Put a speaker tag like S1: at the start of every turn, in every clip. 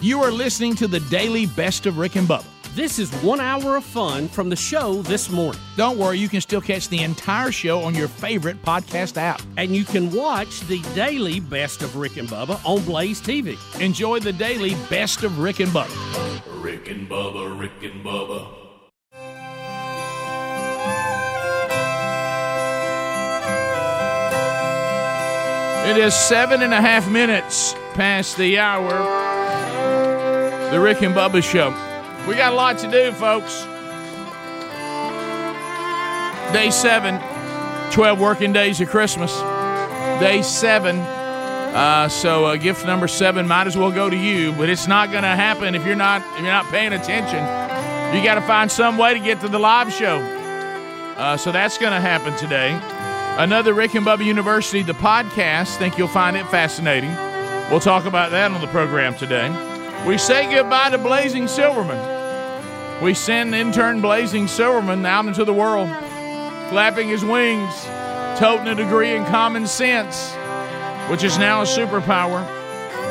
S1: You are listening to the daily best of Rick and Bubba.
S2: This is one hour of fun from the show this morning.
S1: Don't worry, you can still catch the entire show on your favorite podcast app.
S2: And you can watch the daily best of Rick and Bubba on Blaze TV.
S1: Enjoy the daily best of Rick and Bubba.
S3: Rick and Bubba, Rick and Bubba.
S1: It is seven and a half minutes past the hour. The Rick and Bubba Show. We got a lot to do, folks. Day seven, 12 working days of Christmas. Day seven. Uh, so uh, gift number seven might as well go to you, but it's not going to happen if you're not if you're not paying attention. You got to find some way to get to the live show. Uh, so that's going to happen today. Another Rick and Bubba University, the podcast. Think you'll find it fascinating. We'll talk about that on the program today. We say goodbye to Blazing Silverman. We send intern Blazing Silverman out into the world, flapping his wings, toting a degree in common sense, which is now a superpower.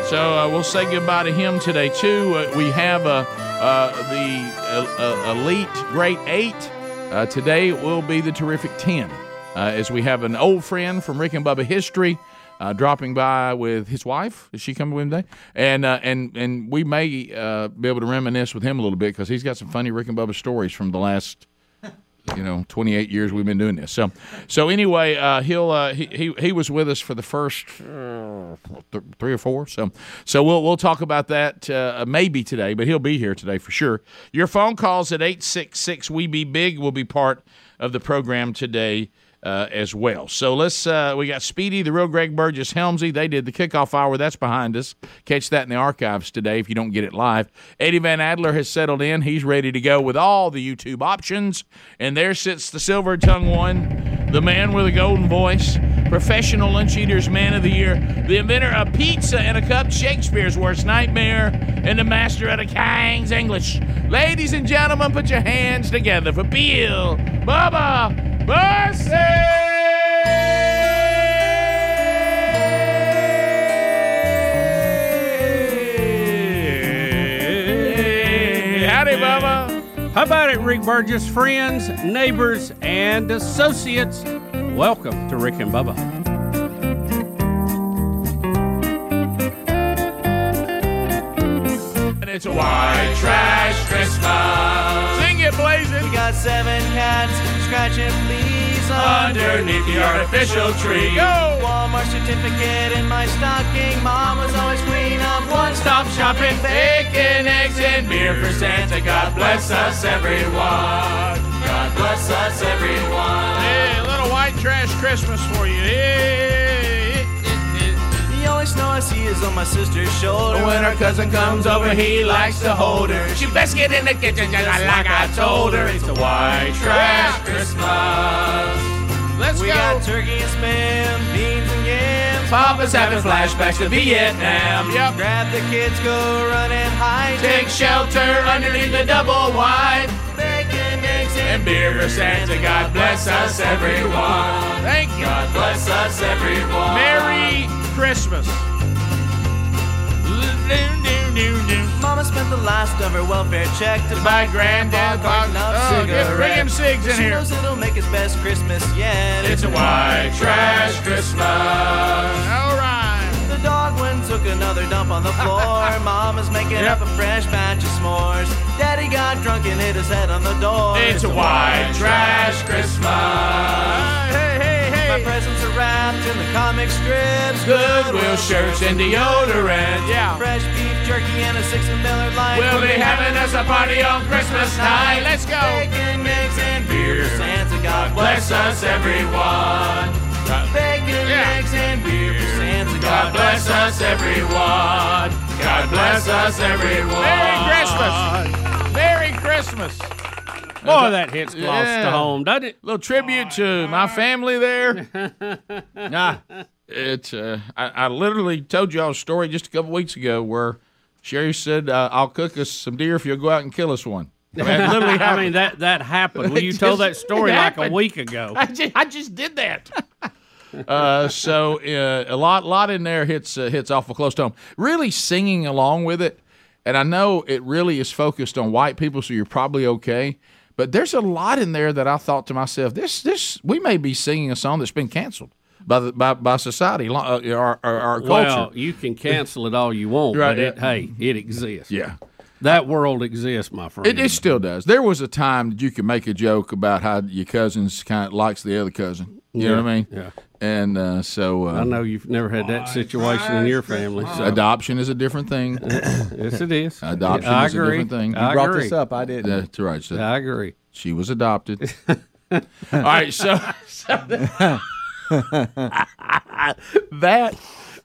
S1: So uh, we'll say goodbye to him today, too. Uh, we have uh, uh, the uh, uh, elite great eight. Uh, today will be the terrific 10, uh, as we have an old friend from Rick and Bubba history uh, dropping by with his wife. Is she coming with him today? And uh, and and we may uh, be able to reminisce with him a little bit because he's got some funny Rick and Bubba stories from the last you know 28 years we've been doing this. So so anyway, uh, he'll uh, he, he he was with us for the first uh, th- three or four. So so we'll we'll talk about that uh, maybe today, but he'll be here today for sure. Your phone calls at 866 we be big will be part of the program today. Uh, as well. So let's, uh, we got Speedy, the real Greg Burgess, Helmsy. They did the kickoff hour. That's behind us. Catch that in the archives today if you don't get it live. Eddie Van Adler has settled in. He's ready to go with all the YouTube options. And there sits the silver tongue one, the man with a golden voice, professional lunch eater's man of the year, the inventor of pizza and a cup, Shakespeare's worst nightmare, and the master of the King's English. Ladies and gentlemen, put your hands together for Bill Bubba. Mercy! Howdy, Bubba.
S2: How about it, Rick Burgess? Friends, neighbors, and associates, welcome to Rick and Bubba.
S1: And it's a white trash Christmas. Sing it, blazing.
S4: Got seven cats scratching fleas
S1: Underneath the artificial tree. Go!
S4: Walmart certificate in my stocking. Mama's always queen of one stop shopping.
S1: Bacon, eggs, and beer for Santa. God bless us, everyone. God bless us, everyone. Hey, a little white trash Christmas for you. Hey.
S4: The only snow I see is on my sister's shoulder.
S1: When her cousin comes over, he likes to hold her. She best get in the kitchen just like I told her. It's a white trash Christmas. Let's
S4: We
S1: go.
S4: got turkey and spam, beans and yams.
S1: Papa's having flashbacks to Vietnam. Yep.
S4: Grab the kids, go run and hide.
S1: Take shelter underneath the double wide.
S4: bacon, eggs,
S1: And beer for Santa. God bless us, everyone. Thank you. God bless us, everyone. Merry Christmas.
S4: Mama spent the last of her welfare check to buy
S1: My granddad
S4: carton of
S1: Oh, get-
S4: cigarettes.
S1: bring him cigs in
S4: she
S1: here.
S4: knows it'll make his best Christmas yet.
S1: a white trash Christmas. All right.
S4: the dog went and took another dump on the floor. Mama's making up
S1: Yep.
S4: a fresh batch of s'mores. Daddy got drunk and hit his head on the door.
S1: white trash Christmas. Hey, hey,
S4: My
S1: hey.
S4: presents are wrapped in the comic strips.
S1: Goodwill shirts and deodorant. Yeah.
S4: Fresh beef jerky and a six and Miller Lite.
S1: We'll be having us a party on Christmas night. Let's go.
S4: Bacon, eggs, and beer. Santa, God bless
S1: Bless us, everyone.
S4: God bless us, everyone. God bless us, everyone.
S1: Merry
S2: Oh,
S1: Christmas. Merry Christmas.
S2: Boy, that hits close
S1: Yeah.
S2: to home, doesn't it?
S1: Little tribute to my family there. nah, it's uh, I, I literally told y'all a story just a couple weeks ago where Sherry said, uh, "I'll cook us some deer if you'll go out and kill us one." I mean, it literally
S2: I
S1: happened.
S2: mean, that, that happened. Well, you
S1: It
S2: told that
S1: just-
S2: story
S1: it
S2: like a
S1: happened.
S2: week ago.
S1: I just, I just did that. uh, so uh, a lot, lot in there hits uh, hits awful close to home. Really singing along with it, and I know it really is focused on white people, so you're probably okay. But there's a lot in there that I thought to myself, this, this, we may be singing a song that's been canceled by the, by, by society, lo- uh, our, our, our culture.
S2: Well, you can cancel it all you want,
S1: Right,
S2: but it,
S1: yeah.
S2: hey, it exists.
S1: yeah.
S2: That world exists, my friend.
S1: It, it still does. There was a time that you could make a joke about how your cousin's kind of likes the other cousin. You know what I mean?
S2: yeah.
S1: And uh, so uh,
S2: I know you've never had that situation in your family. So
S1: Adoption is a different thing.
S2: yes, it is.
S1: Adoption
S2: I
S1: is a
S2: agree.
S1: different thing. You
S2: I
S5: Brought
S2: agree.
S5: this up. I didn't.
S1: That's right. So
S2: I agree.
S1: She was adopted. All right. So, so that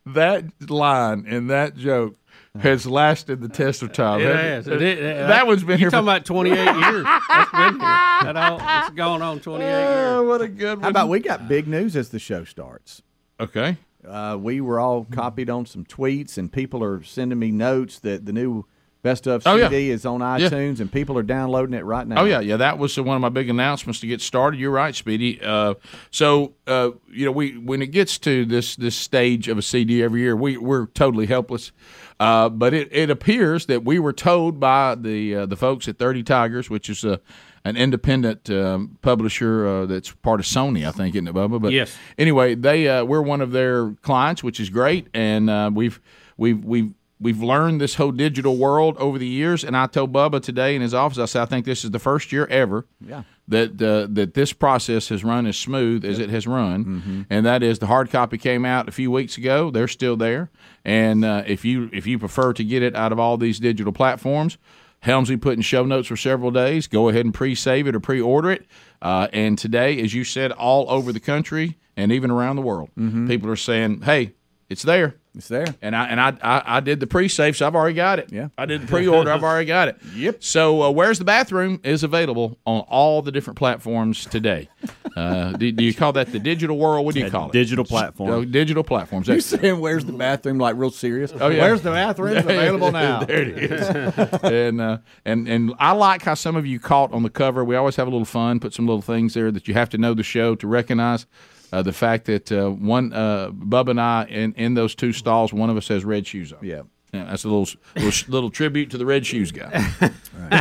S1: that line and that joke has lasted the test of time.
S2: It
S1: That-
S2: has.
S1: That,
S2: It- it-
S1: one's been
S2: You're
S1: here. for-
S2: talking about 28 years. That's been here. That all, it's gone on 28 years.
S5: Ah,
S1: Oh, what a good one.
S5: How about we got big news as the show starts?
S1: okay.
S5: Uh, we were all copied on some tweets, and people are sending me notes that the new best of CD
S1: Oh, yeah.
S5: is on iTunes, and people are downloading it right now.
S1: Oh yeah, yeah. That was uh, one of my big announcements to get started. You're right, Speedy. Uh, so uh, you know, we when it gets to this this stage of a CD every year, we we're totally helpless. Uh, but it, it appears that we were told by the uh, the folks at Thirty Tigers, which is a an independent um, publisher uh, that's part of Sony, I think, isn't it, Bubba? But
S2: Yes.
S1: anyway, they uh, we're one of their clients, which is great, and uh, we've we've we've we've learned this whole digital world over the years. And I told Bubba today in his office, I said, I think this is the first year ever
S5: Yeah.
S1: that uh, that this process has run as smooth as it has run,
S5: Mm-hmm.
S1: and that is the hard copy came out a few weeks ago. They're still there, and uh, if you if you prefer to get it out of all these digital platforms. Helmsley put in show notes for several days. Go ahead and pre-save it or pre-order it. Uh, and today, as you said, all over the country and even around the world, people are saying, "Hey, it's there."
S5: Mm-hmm. It's there.
S1: And I and I I, I did the pre-save, so I've already got it.
S5: Yeah.
S1: I did the pre-order, I've already got it. Yep. So uh, where's the bathroom is available on all the different platforms today. Uh, do, do you call that the digital world? What do you call it?
S6: digital
S1: Oh,
S6: platform.
S1: digital platforms.
S5: You
S1: That's-
S5: saying where's the bathroom? Like real serious. Oh
S1: yeah.
S5: Where's the bathroom? It's available now.
S1: there it is. and uh, and and I like how some of you caught on the cover. We always have a little fun, put some little things there that you have to know the show to recognize. Uh, the fact that uh, one uh, Bub and I in, in those two stalls, one of us has red shoes on.
S5: Yeah.
S1: Yeah, that's a little little, little tribute to the red shoes guy.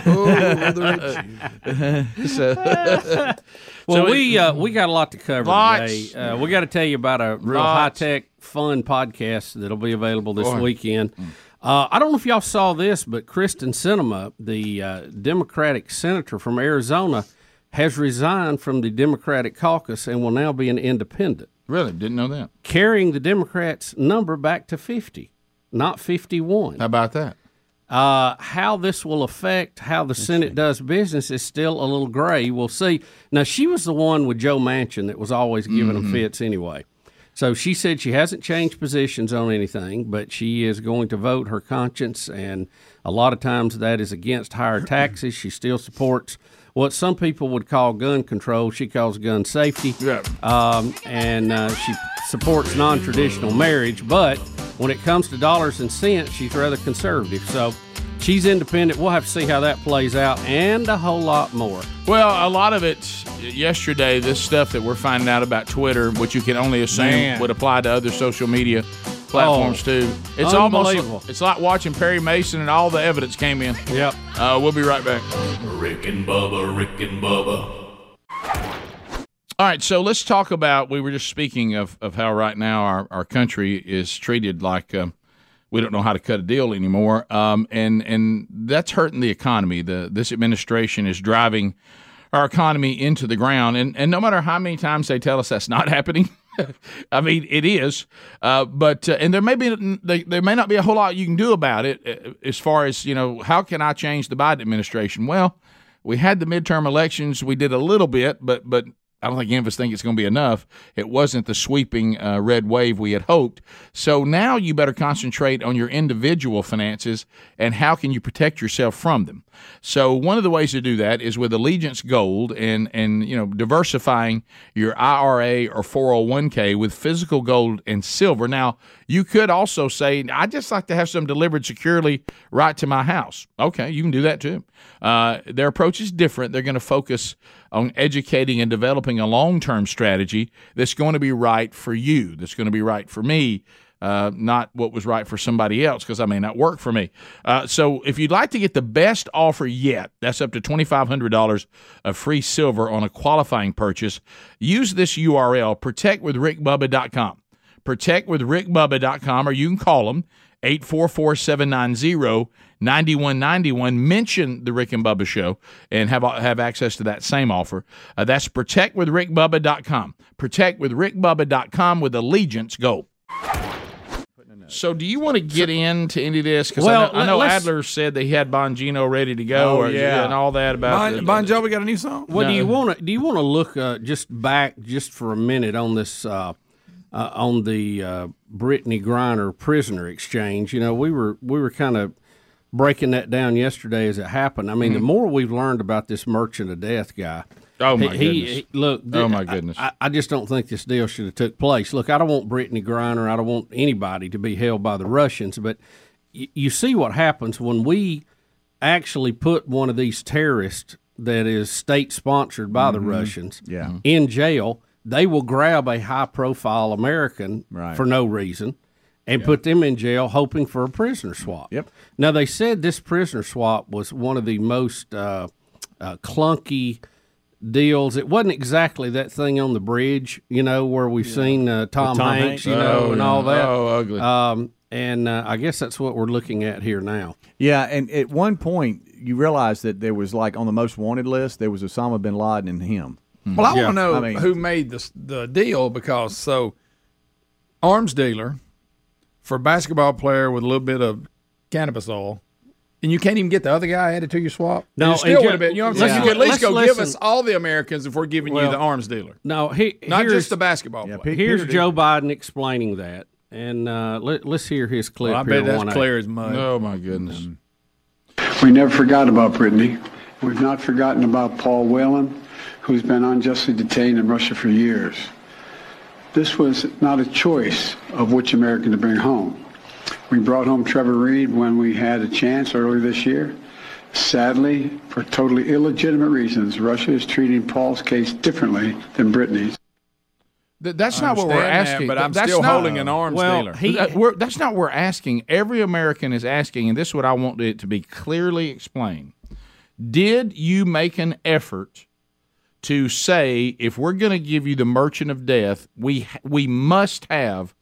S1: Oh,
S2: Well,
S1: So it-
S2: we uh, we got a lot to cover
S1: Lots.
S2: today. Uh, we got to tell you about a real high
S1: Lots.
S2: tech, fun podcast that'll be available this weekend. Uh, I don't know if y'all saw this, but Kristen Cinema, the uh, Democratic senator from Arizona, has resigned from the Democratic caucus and will now be an independent,
S1: really didn't know that.
S2: carrying the Democrats' number back to fifty, not fifty-one.
S1: How about that?
S2: Uh, how this will affect how the Senate does business is still a little gray. We'll see. Now, she was the one with Joe Manchin that was always giving him fits anyway. So she said she hasn't changed positions on anything, but she is going to vote her conscience. And a lot of times that is against higher taxes. She still supports what some people would call gun control. She calls gun safety.
S1: Yeah.
S2: Um, and uh, she supports non traditional marriage. But when it comes to dollars and cents, she's rather conservative. So she's independent. We'll have to see how that plays out and a whole lot more.
S1: Well, a lot of it yesterday, this stuff that we're finding out about Twitter, which you can only assume
S2: Man.
S1: would apply to other social media platforms
S2: Oh,
S1: too. It's almost
S2: unbelievable.
S1: it's like watching Perry Mason and all the evidence came in.
S2: Yep.
S1: Uh, we'll be right back.
S4: Rick and Bubba, Rick and Bubba.
S1: All right, so let's talk about. We were just speaking of, of how right now our, our country is treated like um, we don't know how to cut a deal anymore, um, and and that's hurting the economy. The this administration is driving our economy into the ground, and and no matter how many times they tell us that's not happening, I mean it is. Uh, but uh, and there may be they, there may not be a whole lot you can do about it uh, as far as you know. How can I change the Biden administration? Well, we had the midterm elections. We did a little bit, but but I don't think any of us think it's going to be enough. It wasn't the sweeping uh, red wave we had hoped. So now you better concentrate on your individual finances and how can you protect yourself from them. So one of the ways to do that is with Allegiance Gold and and you know diversifying your IRA or 401k with physical gold and silver. Now you could also say I just like to have some delivered securely right to my house. Okay, you can do that too. Uh, their approach is different. They're going to focus on educating and developing a long term strategy that's going to be right for you, that's going to be right for me, uh, not what was right for somebody else because I may not work for me. Uh, so if you'd like to get the best offer yet, that's up to $2,500 of free silver on a qualifying purchase, use this URL protectwithrickbubba.com. Protectwithrickbubba.com, or you can call them 844 790 9191. Mention the Rick and Bubba show and have have access to that same offer. Uh, that's protectwithrickbubba.com. Protectwithrickbubba.com with Allegiance Go. So, do you want to get into any of this? Because
S2: Well,
S1: I know, I know
S2: let's-
S1: Adler said that he had Bongino ready to go
S4: Oh,
S1: or-
S4: yeah.
S1: and all that about the-
S4: Bon, bon Jovi got a new song.
S2: Well, do you want to do you want to look uh, just back just for a minute on this uh, uh, on the uh, Brittany Griner prisoner exchange? You know, we were we were kind of breaking that down yesterday as it happened. I mean, the more we've learned about this merchant of death guy,
S1: Mm-hmm. Oh, my
S2: he,
S1: goodness.
S2: He, look, th-
S1: Oh, my
S2: I-
S1: goodness.
S2: I, I just don't think this deal should have took place. Look, I don't want Brittany Griner. I don't want anybody to be held by the Russians. But y- you see what happens when we actually put one of these terrorists that is state sponsored by the Russians
S5: Mm-hmm. Yeah.
S2: in jail. They will grab a high profile American
S5: Right.
S2: for no reason and put them in jail, hoping for a prisoner swap.
S5: Mm-hmm. Yep.
S2: Now they said this prisoner swap was one of the most uh, uh, clunky deals. It wasn't exactly that thing on the bridge, you know, where we've seen uh, Tom,
S4: Tom
S2: Hanks,
S4: Hanks.
S2: you know, and all that.
S1: Oh, ugly.
S2: Um, and uh, I guess that's what we're looking at here now.
S5: Yeah, and at one point you realized that there was like on the most wanted list there was Osama bin Laden and him.
S4: Well, I want to know
S5: I mean-
S4: who made the the deal because so arms dealer for basketball player with a little bit of cannabis oil, and you can't even get the other guy added to your swap.
S2: No,
S4: you
S2: and
S4: still
S2: ju-
S4: would have been. You know what I'm saying?
S2: yeah.
S4: You could at least
S2: Let's
S4: go give
S2: listen.
S4: us all the Americans if we're giving you
S2: Well,
S4: the arms dealer,
S2: No, he,
S4: not
S2: here's-
S4: just the basketball player.
S5: Pe-
S2: Here's
S5: Peter did-
S2: Joe Biden explaining that, and uh, let, us hear his clip.
S4: Well, I
S2: here
S4: bet that's
S2: one
S4: clear as mud. Mm-hmm.
S1: oh, my goodness.
S7: We never forgot about Brittany. We've not forgotten about Paul Whelan, who's been unjustly detained in Russia for years. This was not a choice of which American to bring home. We brought home Trevor Reed when we had a chance earlier this year. Sadly, for totally illegitimate reasons, Russia is treating Paul's case differently than Brittany's.
S1: Mm-hmm. Th- that's
S4: I
S1: not what we're
S4: understand that,
S1: asking.
S4: but I'm
S1: that's
S4: still
S1: not-
S4: holding an arms
S2: Well,
S4: dealer.
S2: he-
S1: That- we're- that's not what we're asking. Every American is asking, and this is what I want it to be clearly explained. Did you make an effort to say if we're going to give you the Merchant of Death, we ha- we must have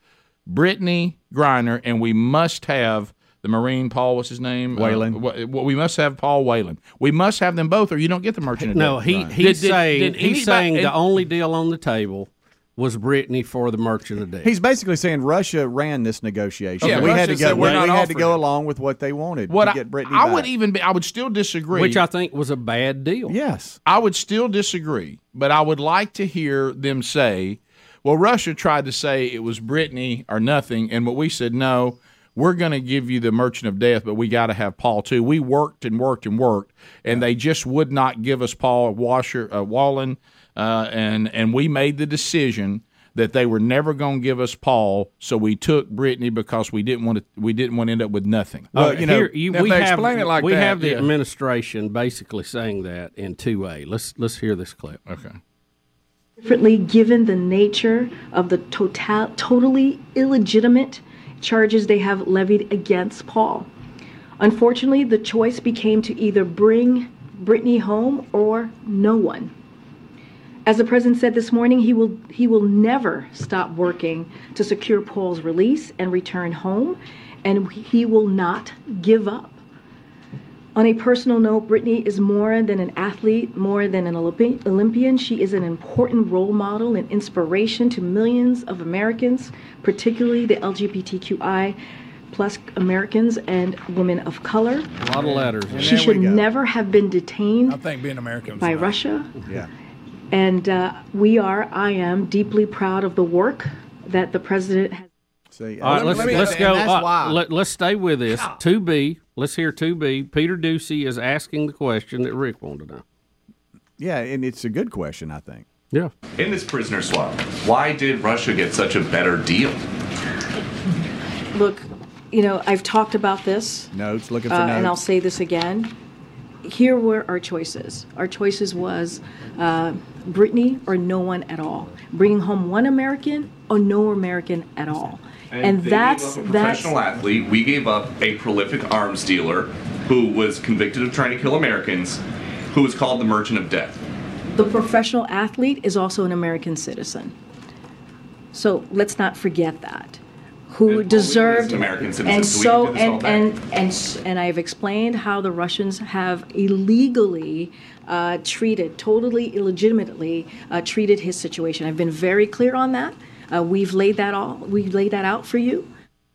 S1: Brittany Griner and we must have the Marine Paul. What's his name?
S5: Whalen.
S1: Uh, wh- wh- we must have Paul Whalen. We must have them both, or you don't get the Merchant of
S2: No,
S1: Death.
S2: he, he's
S1: Did- did-
S2: saying
S1: did
S2: he's
S1: anybody-
S2: saying the
S1: and-
S2: only deal on the table was Brittany for the Merchant of Death.
S5: He's basically saying Russia ran this negotiation.
S4: Yeah,
S5: we had to
S4: Russia said
S5: go.
S4: we're
S5: We
S4: not
S5: had to
S4: offering it.
S5: go along with what they wanted
S1: What
S5: to
S1: I,
S5: get Brittany.
S1: I
S5: back.
S1: would even be, I would still disagree.
S2: which I think was a bad deal.
S5: Yes.
S1: I would still disagree, but I would like to hear them say, well, Russia tried to say it was Brittany or nothing. And what we said, no, we're going to give you the merchant of death, but we got to have Paul too. We worked and worked and worked, and they just would not give us Paul Washer, uh, Wallen. Uh, and, and we made the decision that they were never going to give us Paul. So we took Brittany because we didn't want to, we didn't want to end up with nothing.
S2: Well,
S4: you know, if
S2: we
S4: they
S2: have,
S4: explain it like
S2: we
S4: that,
S2: have the
S4: yeah.
S2: administration basically saying that in two A. Let's let's hear this clip.
S1: Okay.
S8: differently given the nature of the total, totally illegitimate charges they have levied against Paul. Unfortunately, the choice became to either bring Brittany home or no one. As the president said this morning, he will he will never stop working to secure Paul's release and return home, and he will not give up. On a personal note, Brittany is more than an athlete, more than an Olympi- Olympian. She is an important role model and inspiration to millions of Americans, particularly the LGBTQI plus Americans and women of color.
S2: A lot of letters.
S8: She should never have been detained
S4: I think being American was
S8: by
S4: enough.
S2: Mm-hmm.
S8: Russia.
S5: Yeah.
S8: And uh, we are, I am, deeply proud of the work that the president has.
S5: See,
S2: All right,
S5: uh,
S2: let's,
S7: let me-
S2: let's
S7: and
S2: go.
S7: that's
S2: uh,
S7: why.
S2: Let, us stay with this. 2B, let's hear 2B. Peter Ducey is asking the question that Rick wanted to know.
S5: yeah, and it's a good question, I think.
S2: Yeah.
S9: In this prisoner swap, why did Russia get such a better deal?
S8: Look, you know, I've talked about this.
S5: Notes, looking for
S8: uh,
S5: notes.
S8: and I'll say this again. Here were our choices. Our choices was uh, Brittany or no one at all. Bringing home one American or no American at all. And,
S9: they
S8: that's
S9: gave up a
S8: that's
S9: professional athlete. We gave up a prolific arms dealer who was convicted of trying to kill Americans, who was called the Merchant of Death.
S8: the professional athlete is also an American citizen. So let's not forget that.
S9: And
S8: Who
S9: all we
S8: deserved
S9: as American citizens,
S8: and
S9: so we
S8: so
S9: can do this
S8: and
S9: all
S8: and and s- and I have explained how the Russians have illegally uh, treated, totally illegitimately uh, treated his situation. I've been very clear on that. Uh, we've laid that all. We've laid that out for you.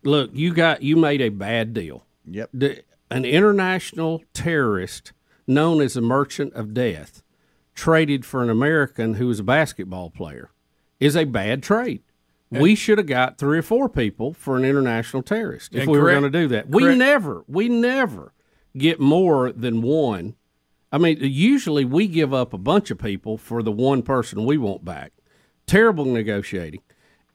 S2: Look, you got you made a bad deal.
S5: Yep.
S2: The, an international terrorist known as the Merchant of Death traded for an American who was a basketball player is a bad trade. We should have got three or four people for an international terrorist if
S7: And
S2: we
S7: correct-
S2: were going to do that. We
S7: correct-
S2: never, we never get more than one. I mean, usually we give up a bunch of people for the one person we want back. Terrible negotiating.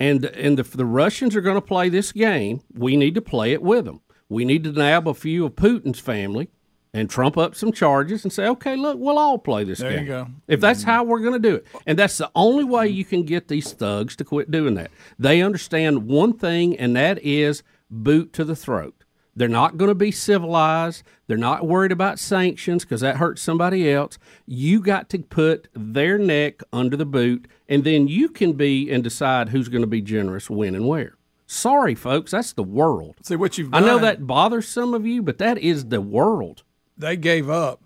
S2: And and if the Russians are going to play this game, we need to play it with them. We need to nab a few of Putin's family and trump up some charges and say, okay, look, we'll all play this
S7: There you
S2: game.
S7: go.
S2: If that's
S7: Mm-hmm.
S2: how we're going to do it. And that's the only way you can get these thugs to quit doing that. They understand one thing, and that is boot to the throat. They're not going to be civilized. They're not worried about sanctions because that hurts somebody else. You got to put their neck under the boot, and then you can be and decide who's going to be generous when and where. Sorry, folks, that's the world.
S7: See what you've
S2: I
S7: done.
S2: know that bothers some of you, but that is the world.
S7: they gave up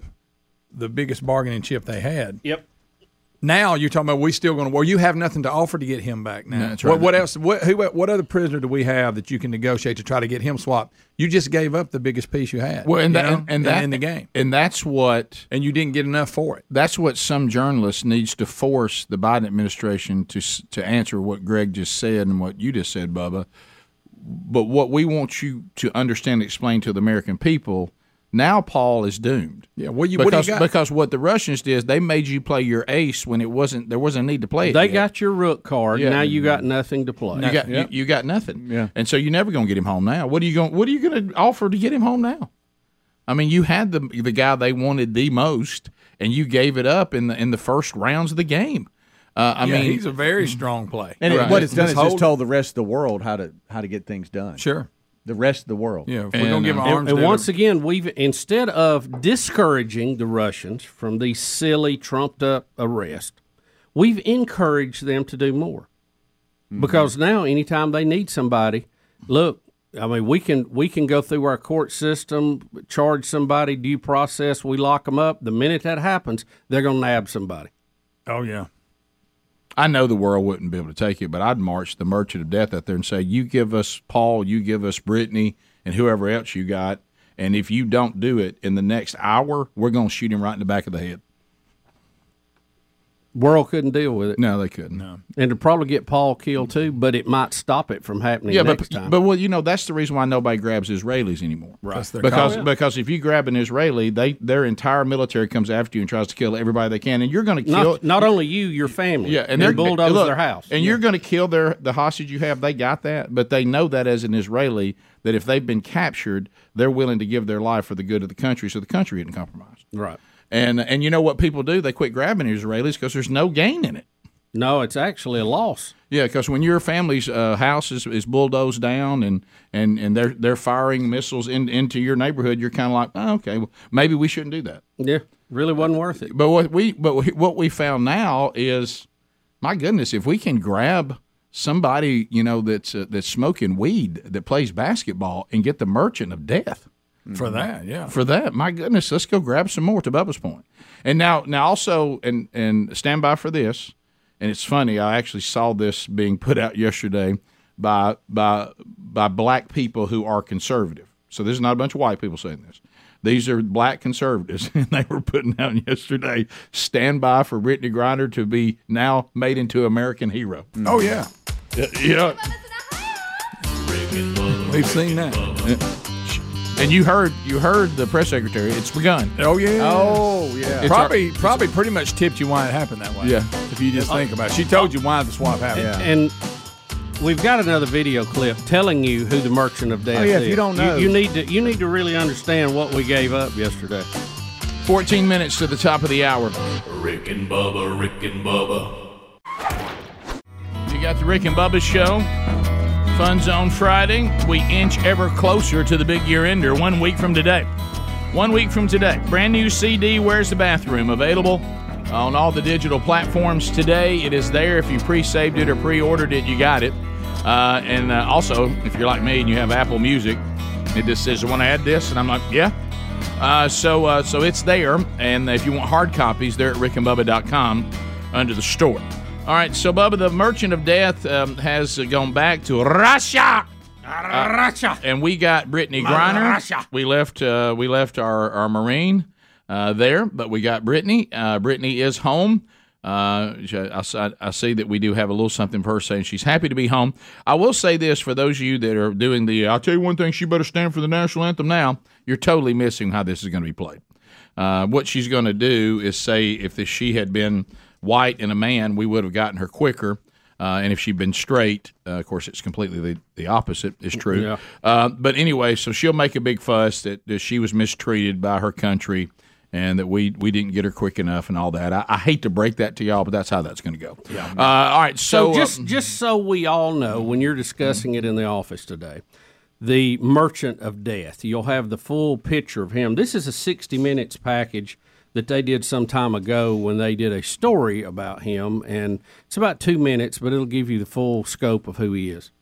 S7: the biggest bargaining chip they had.
S2: Yep.
S7: Now you're talking about we still going to war. You have nothing to offer to get him back now.
S4: No, that's right.
S7: What, what else? What, who, what other prisoner do we have that you can negotiate to try to get him swapped? You just gave up the biggest piece you had.
S4: Well, and,
S7: you
S4: that,
S7: know,
S4: and, and that
S7: in the game,
S4: and that's what
S7: and you didn't get enough for it.
S1: That's what some journalists needs to force the Biden administration to s- to answer what Greg just said and what you just said, Bubba. But what we want you to understand, and explain to the American people now, Paul is doomed.
S7: Yeah, what you- what do you
S1: because
S7: got?
S1: because what the Russians did is they made you play your ace when it wasn't there wasn't a need to play it.
S2: They
S1: yet.
S2: got your rook card.
S1: Yeah.
S2: Now you got nothing to play.
S1: you got you, you got nothing. Yeah. And so you're never going to get him home now. What are you going What are you going to offer to get him home now? I mean, you had the the guy they wanted the most, and you gave it up in the in the first rounds of the game. Uh, I
S7: I mean,
S1: mean,
S7: he's a very strong play.
S5: And
S1: Right.
S5: it, what it's done is
S7: Just
S5: just
S7: hold-
S5: told the rest of the world how to how to get things done.
S7: Sure.
S5: The rest of the world.
S7: Yeah, if we're going
S1: And,
S7: to give him
S1: uh,
S7: arms.
S2: And, and
S7: dealer-
S2: once again, we've instead of discouraging the Russians from these silly trumped up arrests, we've encouraged them to do more.
S1: Mm-hmm.
S2: Because now anytime they need somebody, look, I mean we can we can go through our court system, charge somebody due process, we lock them up. The minute that happens, they're going to nab somebody.
S7: oh yeah,
S1: I know the world wouldn't be able to take it, but I'd march the Merchant of Death out there and say, "You give us Paul, you give us Brittany, and whoever else you got, and if you don't do it in the next hour, we're going to shoot him right in the back of the head."
S2: World couldn't deal with it,
S1: No, they couldn't. No.
S2: and to probably get Paul killed too, but it might stop it from happening
S1: Yeah,
S2: next
S1: but
S2: time.
S1: but well, you know that's the reason why nobody grabs Israelis anymore. Right.
S7: That's their
S1: Because
S7: call.
S1: because if you grab an Israeli, they their entire military comes after you and tries to kill everybody they can, and you're going to
S2: not,
S1: kill.
S2: not only you, your family.
S1: yeah, and
S2: they
S1: they're
S2: bulldoze
S1: look,
S2: their house.
S1: and you're going to kill their the hostage you have. They got that, but they know that as an Israeli that if they've been captured, they're willing to give their life for the good of the country, so the country isn't compromised.
S2: right.
S1: And and you know what people do? They quit grabbing Israelis because there's no gain in it.
S2: No, it's actually a loss.
S1: Yeah, because when your family's uh, house is, is bulldozed down and, and, and they're they're firing missiles in, into your neighborhood, you're kind of like, oh, okay, well, maybe we shouldn't do that.
S2: Yeah, really wasn't worth it.
S1: But what we but we- what we found now is, my goodness, if we can grab somebody you know that's uh, that's smoking weed that plays basketball and get the merchant of death
S7: for that, yeah.
S1: for that. My goodness, let's go grab some more to Bubba's point. And now, now also, and and stand by for this. And it's funny. I actually saw this being put out yesterday by by by black people who are conservative. So this is not a bunch of white people saying this. These are black conservatives, and they were putting down yesterday. Stand by for Brittany Grinder to be now made into American hero.
S7: Oh, yeah.
S1: yeah, yeah.
S7: We've seen that.
S1: And you heard you heard the press secretary. It's begun.
S7: Oh yeah.
S1: Oh, yeah. It's
S7: Probably, probably, pretty much tipped you why it happened that way.
S1: Yeah.
S7: If you just think about it, she told you why the swap happened.
S2: And we've got another video clip telling you who the Merchant of Death
S7: Oh, yeah, if
S2: is.
S7: you don't know.
S2: you, need to you need to really understand what we gave up yesterday.
S1: 14 minutes to the top of the hour.
S9: Rick and Bubba, Rick and Bubba.
S4: You got the Rick and Bubba show. Fun Zone Friday. We inch ever closer to the big year ender one week from today. One week from today. Brand new CD, Where's the Bathroom? Available on all the digital platforms today. It is there. If you pre saved it or pre ordered it, you got it. Uh, and uh, also, if you're like me and you have Apple Music, it just says, I want to add this. And I'm like, yeah. Uh, so, uh, so it's there, and if you want hard copies, they're at rickandbubba.com under the store. All right, so Bubba, the Merchant of Death um, has uh, gone back to Russia. Russia. And we got Brittany
S1: Uh, My
S4: Griner.
S1: Russia.
S4: We left. Uh, we left our our Marine uh, there, but we got Brittany. Uh, Brittany is home. Uh, she- I, s- I- I see that we do have a little something for her saying she's happy to be home. I will say this for those of you that are doing the, I'll tell you one thing, she better stand for the national anthem now. You're totally missing how this is going to be played. Uh, what she's going to do is say if this, she had been white and a man, we would have gotten her quicker. Uh, and if she'd been straight, uh, of course, it's completely the, the opposite is true.
S1: Yeah.
S4: Uh,
S1: but anyway, so she'll make a big fuss that, that she was mistreated by her country and that we, we didn't get her quick enough and all that. I, I hate to break that to y'all, but that's how that's going to go. Yeah. Uh, all right, so,
S2: So, just
S1: uh,
S2: just so we all know, when you're discussing it in the office today, the Merchant of Death, you'll have the full picture of him. This is a 60 minutes package that they did some time ago when they did a story about him, and it's about two minutes, but it'll give you the full scope of who he is.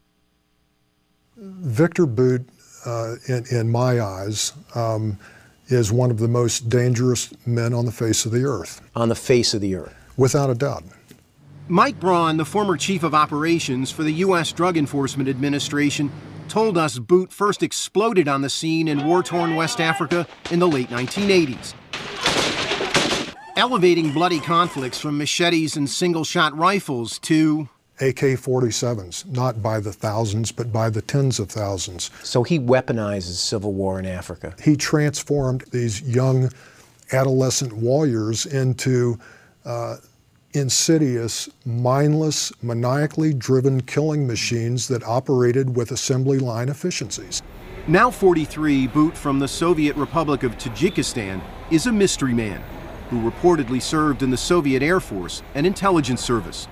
S10: Victor Boot, uh, in, in my eyes, um, is one of the most dangerous men on the face of the earth.
S11: On the face of the earth.
S10: Without a doubt.
S11: Mike Braun, the former chief of operations for the U.S. Drug Enforcement Administration, told us Boot first exploded on the scene in war torn West Africa in the late 1980s. Elevating bloody conflicts from machetes and single shot rifles to
S10: AK 47s, not by the thousands, but by the tens of thousands.
S11: So he weaponizes civil war in Africa.
S10: He transformed these young adolescent warriors into uh, insidious, mindless, maniacally driven killing machines that operated with assembly line efficiencies.
S11: Now 43, Boot from the Soviet Republic of Tajikistan is a mystery man who reportedly served in the Soviet Air Force and intelligence service.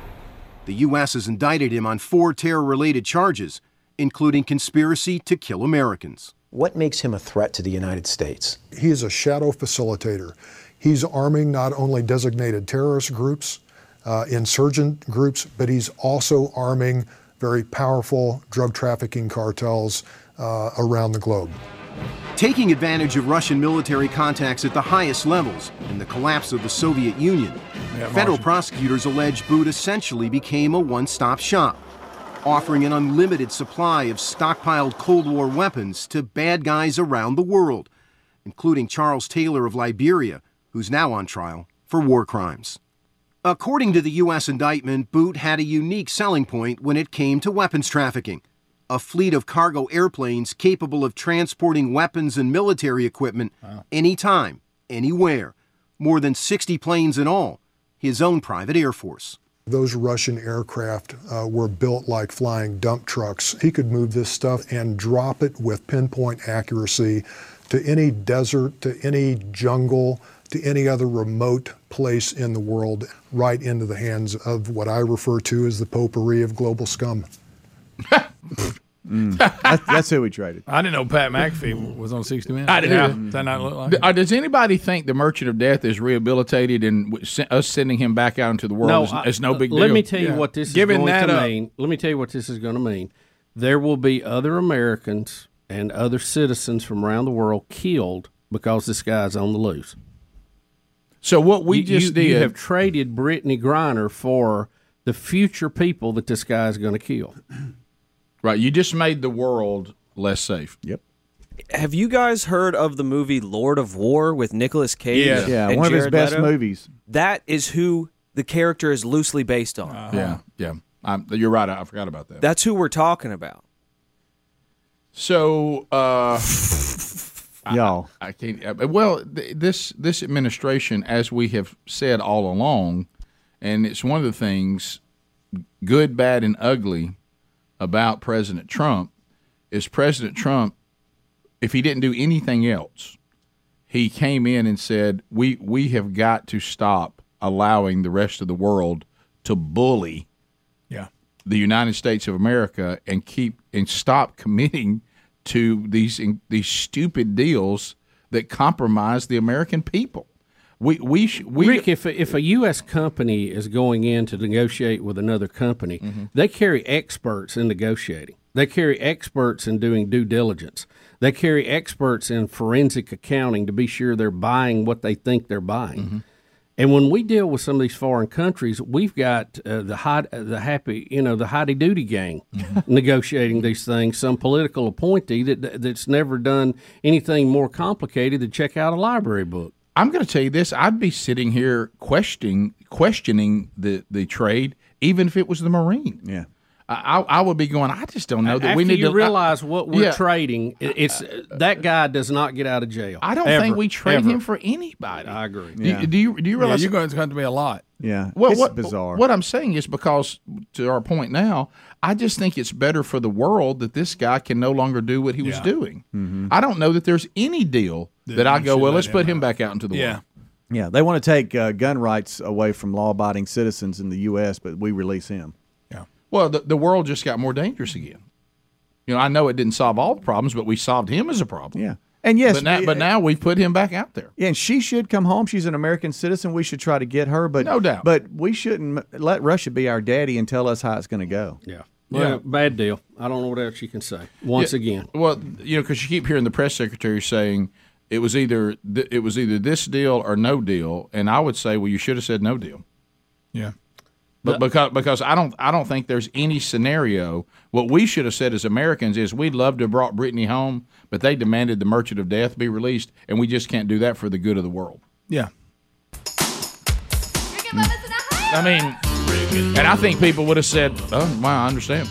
S11: The U.S. has indicted him on four terror related charges, including conspiracy to kill Americans. What makes him a threat to the United States?
S10: He is a shadow facilitator. He's arming not only designated terrorist groups, uh, insurgent groups, but he's also arming very powerful drug trafficking cartels uh, around the globe.
S11: Taking advantage of Russian military contacts at the highest levels in the collapse of the Soviet Union, federal prosecutors allege Boot essentially became a one stop shop, offering an unlimited supply of stockpiled Cold War weapons to bad guys around the world, including Charles Taylor of Liberia, who's now on trial for war crimes. According to the U.S. indictment, Boot had a unique selling point when it came to weapons trafficking. A fleet of cargo airplanes capable of transporting weapons and military equipment anytime, anywhere. More than 60 planes in all, his own private air force.
S10: Those Russian aircraft uh, were built like flying dump trucks. He could move this stuff and drop it with pinpoint accuracy to any desert, to any jungle, to any other remote place in the world, right into the hands of what I refer to as the potpourri of global scum.
S1: uh,
S5: That- that's who we traded.
S7: I didn't know Pat McAfee was on 60 Minutes.
S1: I didn't
S7: Yeah.
S1: either.
S7: Does that not look like
S1: Th- uh, does anybody think the Merchant of Death is rehabilitated and w- se- us sending him back out into the world is,
S2: I- uh,
S1: is no big deal?
S2: Let me tell you what this
S1: Giving
S2: is going
S1: that uh,
S2: to
S1: up.
S2: mean. Let me tell you what this is going to mean. There will be other Americans and other citizens from around the world killed because this guy's on the loose.
S1: So what we
S2: You-
S1: just
S2: you,
S1: did,
S2: you have traded Brittany Griner for the future people that this guy is going to kill.
S1: right? You just made the world less safe.
S5: Yep.
S12: Have you guys heard of the movie Lord of War with Nicolas Cage?
S5: Yeah. Yeah,
S12: and
S5: one of his
S12: Jared
S5: best
S12: Leto?
S5: movies.
S12: That is who the character is loosely based on.
S1: Uh-huh. Yeah, yeah. I'm, you're right. I, I forgot about that.
S12: That's who we're talking about.
S1: So, uh, I-
S5: Y'all.
S1: I, I can't. uh, Well, th- this this administration, as we have said all along, and it's one of the things, good, bad, and ugly, about President Trump, is President Trump, if he didn't do anything else, he came in and said, "We we have got to stop allowing the rest of the world to bully."
S7: Yeah.
S1: the United States of America and keep and stop committing to these these stupid deals that compromise the American people. We we sh- we
S2: Rick, if a, if a U.S. company is going in to negotiate with another company, they carry experts in negotiating. They carry experts in doing due diligence. They carry experts in forensic accounting to be sure they're buying what they think they're buying. And when we deal with some of these foreign countries, we've got uh, the hot, uh, the happy, you know, the hotty duty gang negotiating these things. Some political appointee that that's never done anything more complicated than check out a library book.
S1: I'm going to tell you this: I'd be sitting here questioning questioning the the trade, even if it was the Marine.
S5: Yeah,
S1: I I, I would be going. I just don't know that
S2: After
S1: we need
S2: you
S1: to
S2: realize what we're
S1: Yeah. Uh,
S2: trading. it- It's that guy does not get out of jail.
S1: I don't think we trade him for anybody.
S2: I agree.
S1: Do you- do you do you realize
S7: you're going to have to be a lot?
S5: Yeah,
S1: Well,
S7: It's
S1: what,
S7: bizarre.
S1: What I'm saying is because, to our point now, I just think it's better for the world that this guy can no longer do what he was doing.
S5: Mm-hmm.
S7: Mm-hmm.
S1: I don't know that there's any deal that, I
S5: you
S1: go,
S5: should
S1: well,
S5: let
S1: let's
S5: him
S1: put him back out into the world.
S5: Yeah, they want to take uh, gun rights away from law-abiding citizens in the U.S., but we release him.
S1: Well, the, the world just got more dangerous again. You know, I know it didn't solve all the problems, but we solved him as a problem.
S5: Yeah. And yes,
S1: but now,
S5: it-
S1: but now we've put him back out there.
S5: Yeah, and she should come home. She's an American citizen. We should try to get her, but
S1: No doubt.
S5: But we shouldn't m- let Russia be our daddy and tell us how it's going to go.
S2: Yeah. Well, bad deal. I don't know what else you can say. Once
S1: Yeah,
S2: again,
S1: Well, you know, because you keep hearing the press secretary saying it was either th- it was either this deal or no deal, and I would say, well, you should have said no deal.
S7: Yeah.
S1: But because because I don't I don't think there's any scenario. What we should have said as Americans is we'd love to have brought Brittany home, but they demanded the Merchant of Death be released, and we just can't do that for the good of the world.
S7: Yeah.
S1: I mean, and I think people would have said, "Oh, wow, I understand."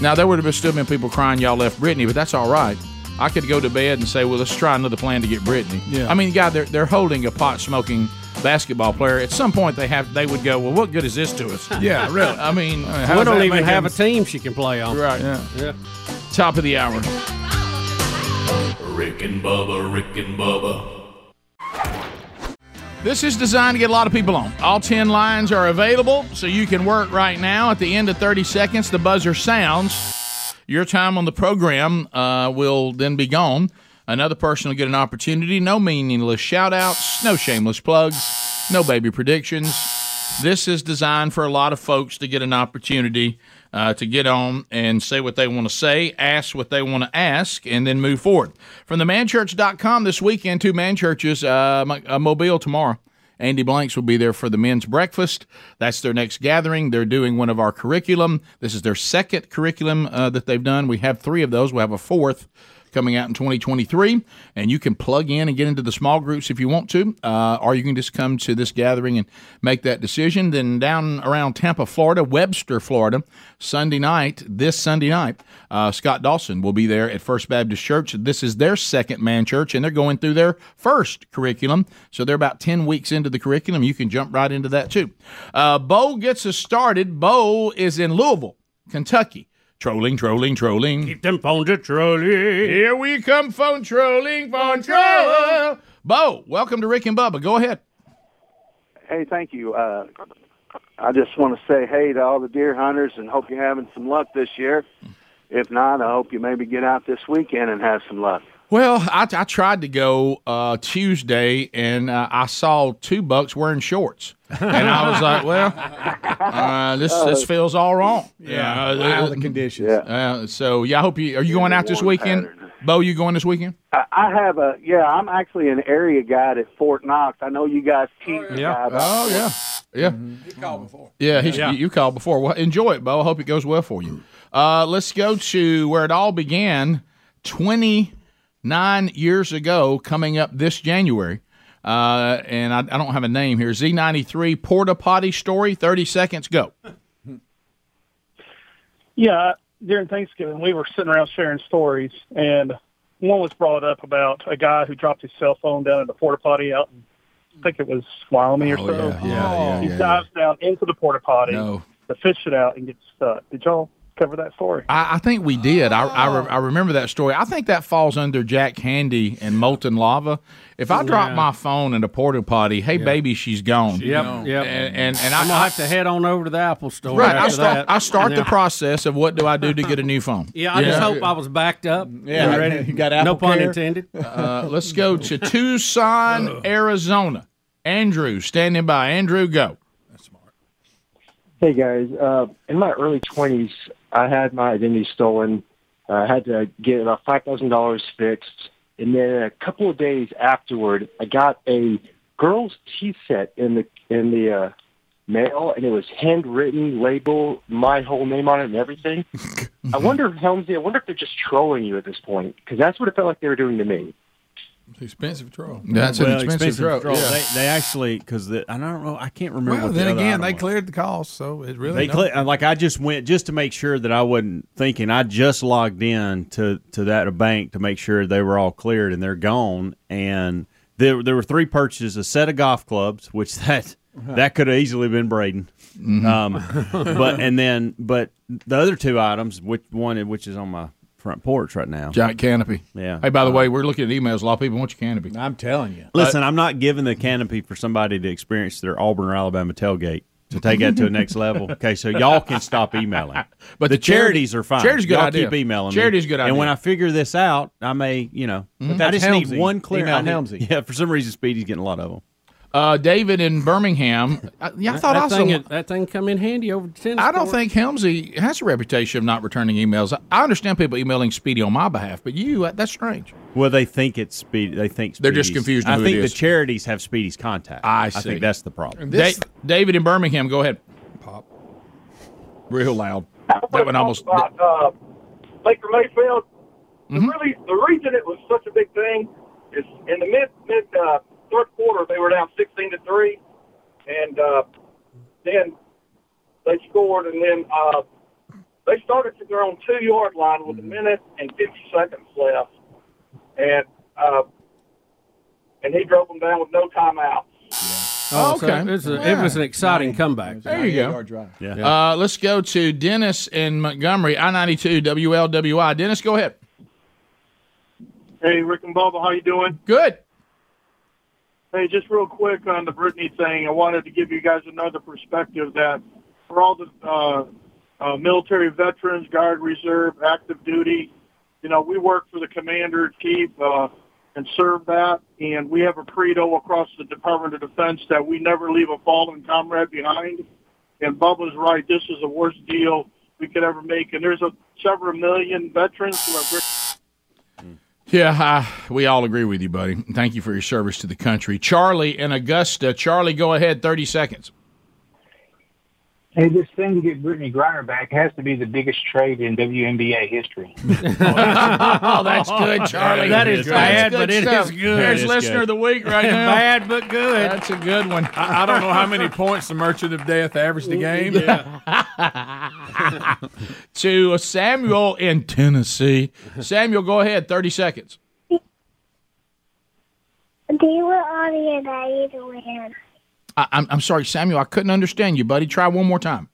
S1: Now there would have been still been people crying, "Y'all left Brittany," but that's all right. I could go to bed and say, "Well, let's try another plan to get Brittany."
S7: Yeah.
S1: I mean, God, they're they're holding a pot smoking basketball player. At some point, they have they would go, "Well, what good is this to us?"
S7: Yeah, really.
S1: I mean,
S7: how
S2: we
S7: does
S2: don't
S7: that
S2: even
S7: make
S2: have
S7: him-
S2: a team she can play on.
S1: Right.
S7: Yeah.
S2: Yeah.
S1: Top of the hour.
S3: Rick and Bubba, Rick and Bubba.
S1: This is designed to get a lot of people on. All 10 lines are available, so you can work right now. At the end of 30 seconds, the buzzer sounds. Your time on the program uh, will then be gone. Another person will get an opportunity. No meaningless shout outs, no shameless plugs, no baby predictions. This is designed for a lot of folks to get an opportunity uh, to get on and say what they want to say, ask what they want to ask, and then move forward. From the manchurch.com this weekend, two man churches, uh, Mo- uh, Mobile tomorrow. Andy Blanks will be there for the men's breakfast. That's their next gathering. They're doing one of our curriculum. This is their second curriculum uh, that they've done. We have three of those, we'll have a fourth coming out in 2023. And you can plug in and get into the small groups if you want to, uh, or you can just come to this gathering and make that decision. Then down around Tampa, Florida, Webster, Florida, Sunday night, this Sunday night, uh, Scott Dawson will be there at First Baptist Church. This is their second man church, and they're going through their first curriculum. So they're about 10 weeks into the curriculum. You can jump right into that too. Uh, Bo gets us started. Bo is in Louisville, Kentucky. Trolling, trolling, trolling. Keep
S2: them phones a trolling.
S1: Here we come, phone trolling, phone troll. Bo, welcome to Rick and Bubba. Go ahead.
S13: Hey, thank you. Uh, I just want to say hey to all the deer hunters and hope you're having some luck this year. If not, I hope you maybe get out this weekend and have some luck.
S1: Well, I, I tried to go uh, Tuesday, and uh, I saw two bucks wearing shorts, and I was like, "Well, uh, this this feels all wrong." Yeah,
S5: Wow, the conditions.
S1: Uh, so yeah, I hope you are you going out this weekend, Bo? You going this weekend?
S13: I, I have a yeah. I'm actually an area guide at Fort Knox. I know you guys teach.
S1: Yeah.
S13: guide
S1: Oh yeah. Yeah. Mm-hmm. Yeah, he's, You, you called before. Well, enjoy it, Bo. I hope it goes well for you. Uh, let's go to where it all began. 29 years ago, coming up this January. Uh, and I, I don't have a name here. Z93 Porta Potty Story, 30 seconds, go.
S14: Yeah, during Thanksgiving, we were sitting around sharing stories, and one was brought up about a guy who dropped his cell phone down in the porta potty out in, I think it was Wyoming or so. Yeah,
S1: Oh, yeah,
S14: he
S1: yeah,
S14: dives down into the porta potty
S1: No.
S14: to fish it out and gets stuck. Did y'all cover that story?
S1: I, I think we did. I, I, re- I remember that story. I think that falls under Jack Handy and molten lava. If I drop
S2: Yeah.
S1: my phone in a porta potty, hey baby, she's gone.
S2: Yep, yep.
S1: And and, and I,
S2: I'm gonna have to head on over to the Apple store.
S1: right. I
S2: after
S1: start
S2: that.
S1: I start the
S2: Yeah.
S1: process of what do I do to get a new phone.
S2: Yeah, I just hope I was backed up.
S1: Yeah,
S2: and ready.
S1: you got Apple
S2: no pun
S1: Care.
S2: intended.
S1: Uh, let's go to Tucson, Arizona. Andrew, standing by. Andrew, go.
S15: Hey guys, uh, in my early twenties, I had my identity stolen. Uh, I had to get about five thousand dollars fixed, and then a couple of days afterward, I got a girl's tea set in the in the uh, mail, and it was handwritten, label, my whole name on it, and everything. I wonder, Helmsy, I wonder if they're just trolling you at this point, because that's what it felt like they were doing to me.
S7: Expensive troll.
S1: That's an
S16: well,
S1: expensive drug, yeah.
S16: They, they actually because I don't know. I can't remember.
S7: Well,
S16: what
S7: then
S16: the other
S7: again,
S16: item
S7: they
S16: was.
S7: cleared the cost, so it really.
S16: They
S7: don't-
S16: cli- like I just went just to make sure that I wasn't thinking. I just logged in to to that bank to make sure they were all cleared and they're gone. And there there were three purchases: a set of golf clubs, which that that could have easily been Braden.
S1: Mm-hmm.
S16: Um, but and then but the other two items, which one which is on my front porch right now,
S1: Giant canopy.
S16: Yeah. Uh,
S1: Hey, by the way, we're looking at emails. A lot of people want your canopy. Uh,
S16: I'm telling you. Listen, I'm not giving the canopy for somebody to experience their Auburn or Alabama tailgate to take that to the next level. Okay, so y'all can stop emailing.
S1: But
S16: But
S1: the
S16: the,
S1: charity-
S16: charities are fine.
S1: charity's a good
S16: y'all
S1: idea.
S16: keep emailing
S1: Charity's
S16: me.
S1: a good
S16: And when
S1: idea. Mhm.
S16: I figure this out, I may, you know,
S1: But
S16: I
S1: that's
S16: just
S1: Helmsy.
S16: need one clear.
S1: Email
S16: I need-
S1: Helmsy.
S16: Yeah, for some reason, Speedy's getting a lot of them.
S1: Uh, David in Birmingham. I, yeah, I thought
S2: that
S1: also
S2: thing, that thing come in handy over to tennis.
S1: I don't
S2: court.
S1: think Helmsy has a reputation of not returning emails. I- I understand people emailing Speedy on my behalf, but you, uh, that's strange.
S16: Well, they think it's Speedy. They think
S1: They're just
S16: Speedy's-
S1: confused on
S16: I
S1: who it
S16: think
S1: is.
S16: the charities have Speedy's contact.
S1: I
S16: I
S1: see.
S16: think that's the problem.
S1: Da- David in Birmingham, go ahead. Pop. Real loud. That one almost.
S17: about uh, Baker Mayfield.
S1: Mm-hmm.
S17: The really, the reason it was such a big thing is in the mid mid uh, third quarter they were down sixteen to three, and uh, then they scored, and then uh, they started to their own two yard line with a
S1: Mm-hmm.
S17: minute and fifty seconds left, and uh, and he drove them down with no timeout.
S2: Oh,
S1: Okay.
S2: okay. it, was a,
S1: Yeah.
S2: it was an exciting comeback.
S1: There you go.
S2: Yeah.
S1: Uh, let's go to Dennis in Montgomery, I 92 WLWI. Dennis, go ahead.
S17: Hey, Rick and Bubba, how you doing?
S1: Good.
S17: Hey, just real quick on the Britney thing, I wanted to give you guys another perspective that for all the uh, uh, military veterans, guard reserve, active duty, you know, we work for the commander chief uh, and serve that, and we have a credo across the Department of Defense that we never leave a fallen comrade behind. And Bubba's right, this is the worst deal we could ever make, and there's a several million veterans who are.
S1: Yeah, uh, we all agree with you, buddy. Thank you for your service to the country. Charlie in Augusta. Charlie, go ahead. 30 seconds.
S18: Hey, this thing to get Brittany Griner back has to be the biggest trade in WNBA history.
S1: oh, that's good, Charlie.
S2: That is
S1: That's
S2: bad,
S1: good
S2: but it is
S1: stuff.
S2: good.
S1: There's
S2: It is
S1: listener
S2: good.
S1: of the week right now.
S2: Bad but good.
S1: That's a good one.
S7: I, I don't know how many points the Merchant of Death averaged a game.
S1: to Samuel in Tennessee. Samuel, go ahead. 30 seconds.
S19: They were on the and I either win.
S1: I, I'm, I'm sorry, Samuel. I couldn't understand you, buddy. Try one more time.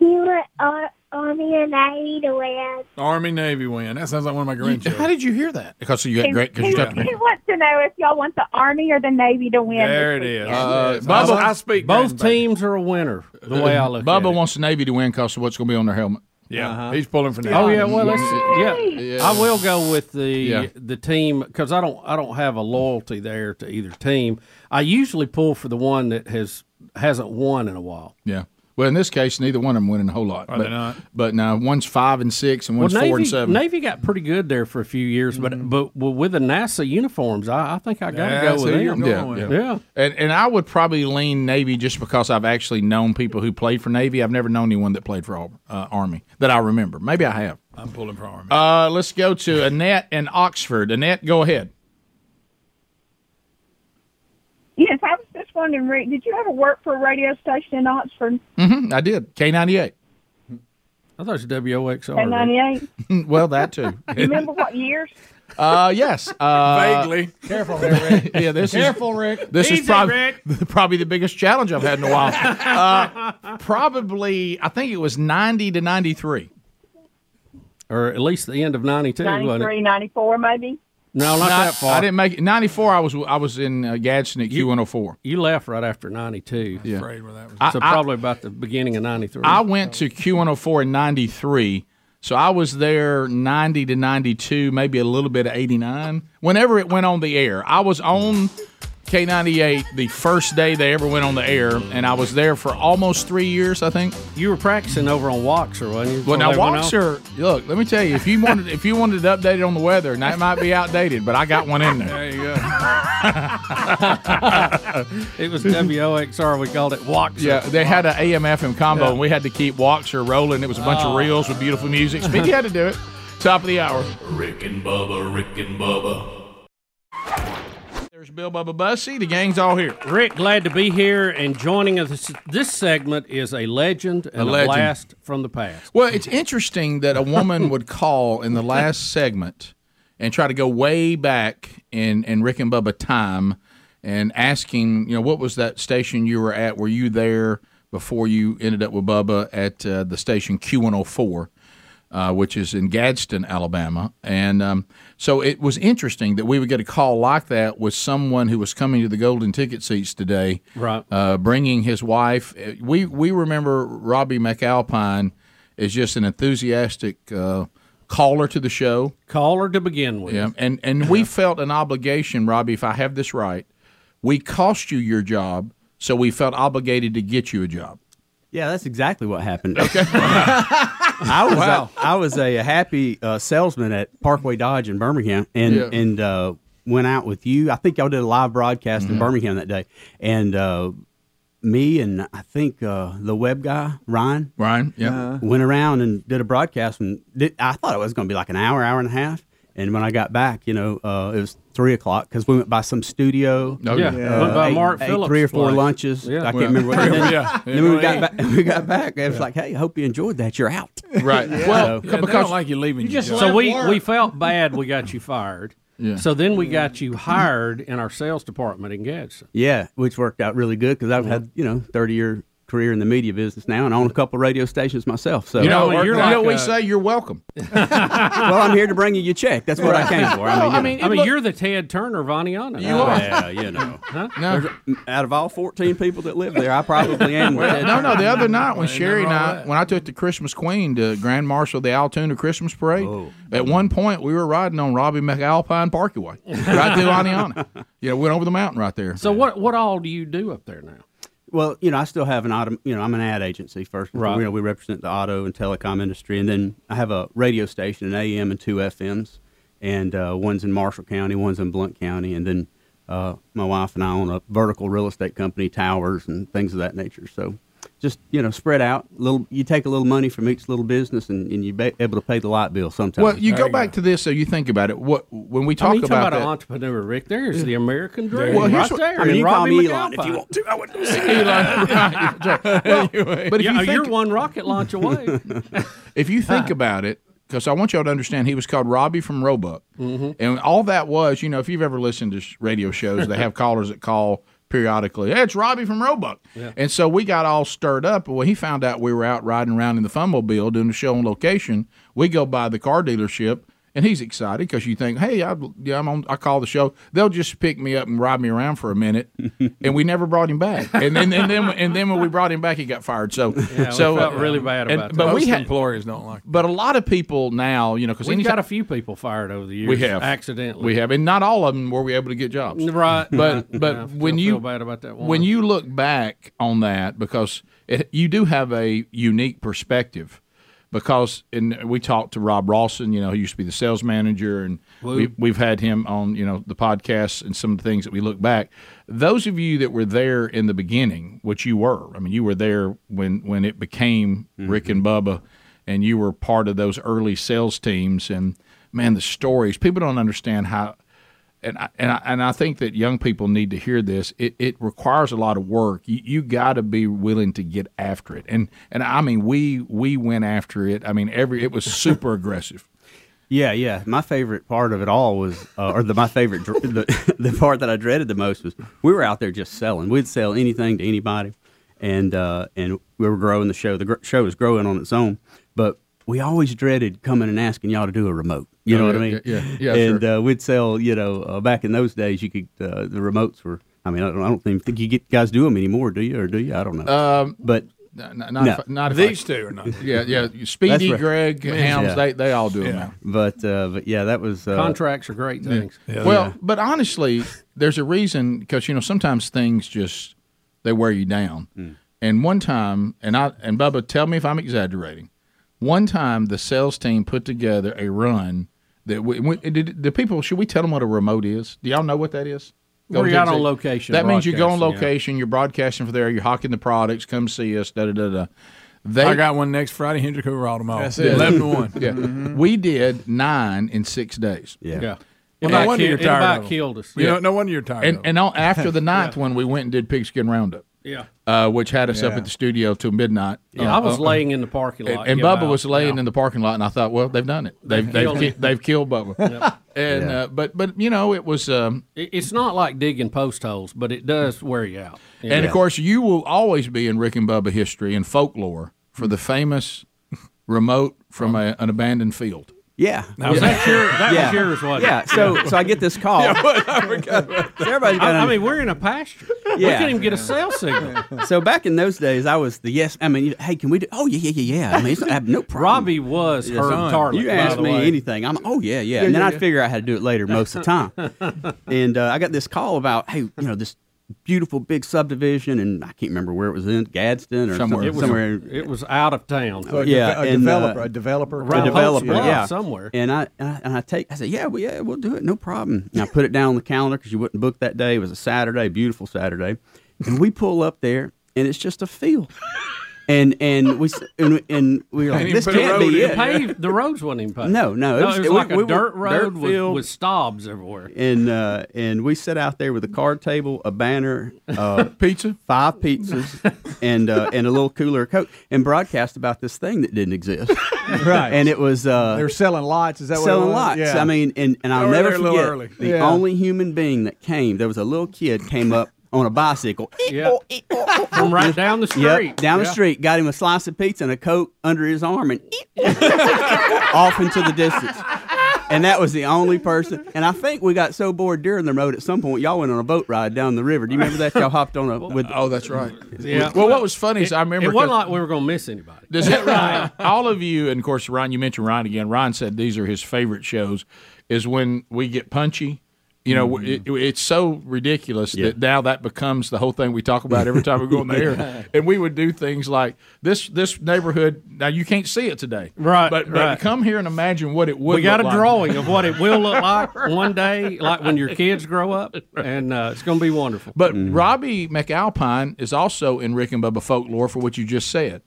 S19: They were on, on the and I either win.
S7: Army Navy win. That sounds like one of my grandchildren.
S1: How did you hear that? Because you got great. Because you got.
S20: He wants to know if y'all want the Army or the Navy to win.
S7: There it
S20: this
S7: is.
S20: weekend.
S7: Uh,
S1: Bubba,
S7: I speak
S2: Both teams are a winner. The way I look.
S1: Bubba wants the Navy to win because of what's going to be on their helmet.
S7: Yeah, he's pulling for
S2: Oh yeah, well, that's, yeah. I will go with the
S1: Yeah.
S2: the team because I don't I don't have a loyalty there to either team. I usually pull for the one that has hasn't won in a while.
S1: Yeah. Well, in this case, neither one of them winning a whole lot.
S2: Are
S1: but,
S2: they not?
S1: But now one's five and six, and one's
S2: Navy,
S1: four and seven.
S2: Navy got pretty good there for a few years, but but well, with the NASA uniforms, I, I think I got to go
S1: Mm-hmm. That's
S2: with
S1: who
S2: them.
S1: you're going with. And and I would probably lean Navy just because I've actually known people who played for Navy. I've never known anyone that played for Auburn, uh, Army that I remember. Maybe I have.
S7: I'm pulling for Army.
S1: Uh, let's go to Annette in Oxford. Annette, go ahead.
S20: Yes, I was just wondering, Rick, did you ever work for a radio station in Oxford?
S1: Mm-hmm, I did. K ninety eight.
S2: I thought it was WOXR.
S20: In 98?
S1: well, that too.
S20: You remember what years?
S1: Uh, yes. Uh,
S7: Vaguely. Careful
S1: there, Rick. yeah, this
S7: Careful,
S1: is,
S7: Rick.
S1: This
S7: Easy,
S1: is probably
S7: Rick.
S1: probably the biggest challenge I've had in a while. Uh, probably, I think it was ninety to ninety three.
S2: Or at least the end of 92, wasn't it?
S20: 93, 94 maybe?
S2: No, not, that far.
S1: I didn't make it. Ninety four. I was I was in uh, Gadsden at Q one hundred four.
S2: You left right after 92.
S1: Yeah.
S2: afraid
S7: where that
S1: was.
S2: So
S1: I- I-
S2: probably about the beginning of 93.
S1: I went to Q one hundred four in ninety three. So I was there ninety to ninety two, maybe a little bit of eighty nine. Whenever it went on the air, I was on K ninety eight the first day they ever went on the air, and I was there for almost three years. I think
S2: you were practicing over on Waxer, wasn't you?
S1: Well, now
S2: Before they went
S1: Waxer, look, let me tell you, if you wanted if you wanted it updated on the weather, and that might be outdated, but I got one in there.
S7: There you
S1: go.
S2: it was WOXR. We called it Waxer.
S1: Yeah, they had an AM FM combo,
S2: Yeah.
S1: and we had to keep Waxer rolling. It was a bunch
S3: Oh.
S1: of reels with beautiful music. Speaking had to do it. Top of the hour.
S3: Rick and Bubba, Rick and Bubba.
S1: There's Bill Bubba Bussy. The gang's all here.
S2: Rick, glad to be here and joining us. This segment is a legend and a,
S1: legend.
S2: blast from the past.
S1: Well, it's interesting that a woman would call in the last segment and try to go way back in, in Rick and Bubba time and asking, you know, what was that station you were at? Were you there before you ended up with Bubba at uh, the station Q104? uh, which is in Gadsden, Alabama. And um, so it was interesting that we would get a call like that with someone who was coming to the Golden Ticket seats today,
S2: right?
S1: Uh, bringing his wife. Uh, We we remember Robbie McAlpine is just an enthusiastic uh, caller to the show,
S2: caller to begin with.
S1: Yeah, and and we felt an obligation, Robbie, if I have this right, we cost you your job. So we felt obligated to get you a job.
S21: Yeah, that's exactly what happened. Okay.
S1: I
S21: was
S1: Wow.
S21: a, I was a happy uh, salesman at Parkway Dodge in Birmingham, and
S1: Yeah.
S21: and uh, went out with you. I think y'all did a live broadcast
S1: Mm-hmm.
S21: in Birmingham that day, and uh, me and I think uh, the web guy Ryan,
S1: Ryan,
S21: yeah, went around and did a broadcast, and did, I thought it was going to be like an hour, hour and a half. And when I got back, you know, uh, it was three o'clock because we went by some studio.
S2: Oh, yeah. Yeah. Went by
S21: ate-
S2: Mark
S21: ate
S2: Phillips'
S21: three or four
S2: place.
S21: lunches.
S2: Yeah.
S21: I can't
S2: Well,
S21: remember. What,
S2: three or four,
S21: then,
S2: yeah.
S21: then we got
S2: Yeah.
S21: back. We got back. It was
S2: Yeah.
S21: like, hey, hope you enjoyed that. You're out.
S1: Right.
S21: Yeah.
S2: Well,
S21: Yeah, they
S2: because
S21: don't like you leaving You your just job.
S2: so
S21: left
S2: we
S21: work.
S2: we felt bad. We got you fired.
S21: Yeah.
S2: So then we got you hired in our sales department in Gadsden.
S21: Yeah, which worked out really good because I've had you know thirty year career in the media business now, and own a couple radio stations myself. So
S1: you know, you know
S2: uh,
S1: we say you're uh, welcome.
S21: well, I'm here to bring you your check. That's what I came for. I mean, you know.
S2: I mean, you're the Ted Turner of Aniana.
S21: You are.
S2: Yeah, you know. Huh?
S21: There's- out of all fourteen people that live there, I probably am. the
S1: Well,
S21: Ted
S1: no, no.
S21: Turner.
S1: The other night when Sherry and I, when I took the Christmas Queen to Grand Marshal the Altoona Christmas Parade,
S2: Oh.
S1: at one point we were riding on Robbie McAlpine Parkway, right through Aniana. Yeah, we went over the mountain right there.
S2: So what what all do you do up there now?
S21: Well, you know, I still have an auto. You know, I'm an ad agency first. and
S2: Right.
S21: You know, we represent the auto and telecom industry, and then I have a radio station, an AM and two FMs, and uh, one's in Marshall County, one's in Blunt County, and then uh, my wife and I own a vertical real estate company, towers and things of that nature. So, just you know, spread out. Little, you take a little money from each little business, and, and you're ba- able to pay the light bill sometimes.
S1: Well, you go back to this, so you think about it. What when we talk
S2: I mean, you talk
S1: about,
S2: about, an entrepreneur, Rick. There's the American
S1: There
S2: dream.
S1: you go.
S2: right there.
S21: I mean,
S2: in
S21: you call
S2: Robbie
S21: me Elon if you
S2: McAlpine.
S21: want to. I wouldn't
S1: that, Elon, right, well, but if
S2: Yeah, oh,
S1: you
S2: you're
S1: think,
S2: one rocket launch away.
S1: if you think about it, because I want y'all to understand, he was called Robbie from Roebuck.
S2: Mm-hmm.
S1: And all that was, you know, if you've ever listened to sh- radio shows, they have callers that call periodically. Hey, it's Robbie from Roebuck.
S3: Yeah.
S1: And so we got all stirred up. When he found out we were out riding around in the Fumble Bill doing the show on location, we go by the car dealership and he's excited because you think, hey, I, yeah, I'm on, I call the show. They'll just pick me up and ride me around for a minute, and we never brought him back. And then and then and then when we brought him back, he got fired. So
S2: Yeah, we
S1: so uh,
S2: felt really bad
S1: and-
S2: about that.
S1: But we
S2: Most
S1: had
S7: employers don't like.
S1: But a lot of people now, you know, because
S2: We've got a few people fired over the years.
S1: We have
S2: accidentally.
S1: We have, and not all of them were we able to get jobs.
S2: Right.
S1: But
S2: Yeah,
S1: but
S2: I still
S1: when you
S2: feel bad about that one.
S1: when you look back on that, because it, you do have a unique perspective, because and we talked to Rob Rawson, you know, he used to be the sales manager, and
S16: Woo.
S1: we, we've had him on, you know, the podcast and some of the things that we look back. Those of you that were there in the beginning, which you were, I mean, you were there when when it became Rick and Bubba, and you were part of those early sales teams, and man, the stories people don't understand how and I, and I, and I think that young people need to hear this. It, it requires a lot of work. You, you got to be willing to get after it. And and I mean, we we went after it. I mean, every it was super aggressive.
S21: Yeah, yeah. My favorite part of it all was, uh, or the my favorite dr- the, the part that I dreaded the most was we were out there just selling. We'd sell anything to anybody, and uh, and we were growing the show. The gr- show was growing on its own, but we always dreaded coming and asking y'all to do a remote. You
S1: Oh,
S21: know
S1: yeah,
S21: what I mean?
S1: yeah, yeah, yeah,
S21: and uh, we'd sell. You know, uh, back in those days, you could uh, the remotes were. I mean, I don't, I don't even think you get guys do them anymore, do you? Or do you? I don't know.
S1: Um,
S21: but
S1: n- n- not if I- not if
S7: These
S1: I-
S7: two are not.
S1: Yeah, yeah. Speedy, Greg, Hounds, they they all do it now.
S21: But uh, but yeah, that was uh,
S2: Contracts are great
S1: Yeah.
S2: things.
S1: well, but honestly, there's a reason because you know sometimes things just they wear you down. And one time, and I and Bubba, tell me if I'm exaggerating. One time, the sales team put together a run that we, we did. The people, should we tell them what a remote is? Do y'all know what that is?
S2: We're
S1: Go to
S2: out
S1: Gen Z.
S2: on location
S1: That means you go
S2: broadcasting,
S1: on
S2: yeah.
S1: location. You're broadcasting for there. You're hawking the products. Come see us. Da da da da.
S7: I got one next Friday. Hendrick Overall
S5: Oh.
S7: tomorrow.
S1: That's it.
S7: Eleven to one.
S1: Yeah, we did nine in six days.
S21: Yeah.
S7: Yeah. Well, no wonder you're tired of them. You know, no wonder you're tired
S1: And,
S7: of them.
S1: and on, after the
S7: Yeah.
S1: ninth one, we went and did Pigskin Roundup.
S7: Yeah.
S1: Uh, which had us up
S2: Yeah.
S1: at the studio till midnight.
S2: Yeah, I
S1: Uh,
S2: was
S1: uh,
S2: laying in the parking lot.
S1: and, and
S2: yeah,
S1: Bubba
S2: about-
S1: was laying in the parking lot, and I thought, well, they've done it. They've
S2: They
S1: they've
S2: killed
S1: ki-
S2: him.
S1: they've killed Bubba. And
S2: Yeah.
S1: uh, but but you know it was. Um,
S2: It- It's not like digging post holes, but it does wear you out. You
S1: And
S2: know?
S1: of course, you will always be in Rick and Bubba history and folklore for the famous remote from a, an abandoned field.
S21: Yeah.
S1: Now, was that your- that was yours, wasn't it?
S21: Yeah. So so I get this call.
S1: Yeah,
S21: everybody's got
S2: I, I
S21: an-
S2: mean, we're in a pasture. We
S21: Yeah.
S2: can't even get a cell signal.
S21: so back in those days, I was the yes. I mean, hey, can we do? Oh yeah, yeah, yeah, yeah. I mean, it's, I have no problem. Robbie
S2: was Herb Tarlick,
S21: You
S2: by
S21: asked
S2: the
S21: me
S2: way.
S21: anything. I'm oh yeah, yeah.
S2: Yeah,
S21: and then
S2: yeah,
S21: I'd
S2: yeah.
S21: figure out how to do it later most of the time. and uh, I got this call about hey, you know this. Beautiful big subdivision, and I can't remember where it was in Gadsden or somewhere.
S2: It was,
S21: somewhere in-
S2: it was out of town.
S21: yeah, and, uh,
S2: Right,
S21: a developer,
S2: Holtzman,
S21: yeah,
S2: somewhere.
S21: And I, and I and I take, I said, yeah, well, yeah, we'll do it, no problem. And I put it down on the calendar because you wouldn't book that day. It was a Saturday, beautiful Saturday, and we pull up there, and it's just a field, and and we s- and, and we were like, this can't be
S2: The
S21: it.
S2: paved- the roads wasn't even paved.
S21: No, no, it
S2: it
S21: was-
S2: was,
S21: we-
S2: like
S21: we
S2: a
S21: were-
S2: dirt
S21: dirt
S2: road with,
S21: field.
S2: with stobs everywhere.
S21: and uh, and we sit out there with a card table, a banner, uh,
S1: pizza,
S21: five pizzas, and uh, and a little cooler of coke, and broadcast about this thing that didn't exist.
S22: Right.
S21: and it was uh,
S22: They were selling lots. Is that what it
S21: selling
S22: was?
S21: lots.
S22: Yeah.
S21: I mean, and, and I'll
S22: They were
S21: never
S22: there a little
S21: forget
S22: early.
S21: the
S22: Yeah.
S21: only human being that came. There was a little kid came up on a bicycle.
S2: Yeah. From right down the street.
S21: Yep, down the
S2: Yeah.
S21: street, got him a slice of pizza and a coke under his arm, and off into the distance. And that was the only person. And I think we got so bored during the road at some point. Y'all went on a boat ride down the river. Do you remember that? Y'all hopped on a with.
S1: Oh, that's right.
S21: Yeah.
S1: Well, what was funny is I remember
S2: It wasn't
S1: 'cause-
S2: like we were going to miss anybody.
S1: Does it right? All of you, and of course, Ryan. You mentioned Ryan again. Ryan said these are his favorite shows. Is when we get punchy. You know,
S2: Mm-hmm.
S1: it, it's so ridiculous that now that becomes the whole thing we talk about every time we go on the
S16: Yeah.
S1: air. And we would do things like this. This neighborhood. Now you can't see it today,
S2: Right,
S1: But,
S2: right.
S1: but come here and imagine what it would.
S2: we got a
S1: look like.
S2: drawing of what it will look like one day, like when your kids grow up, and uh, it's going to be wonderful.
S1: But Robbie McAlpine is also in Rick and Bubba folklore for what you just said.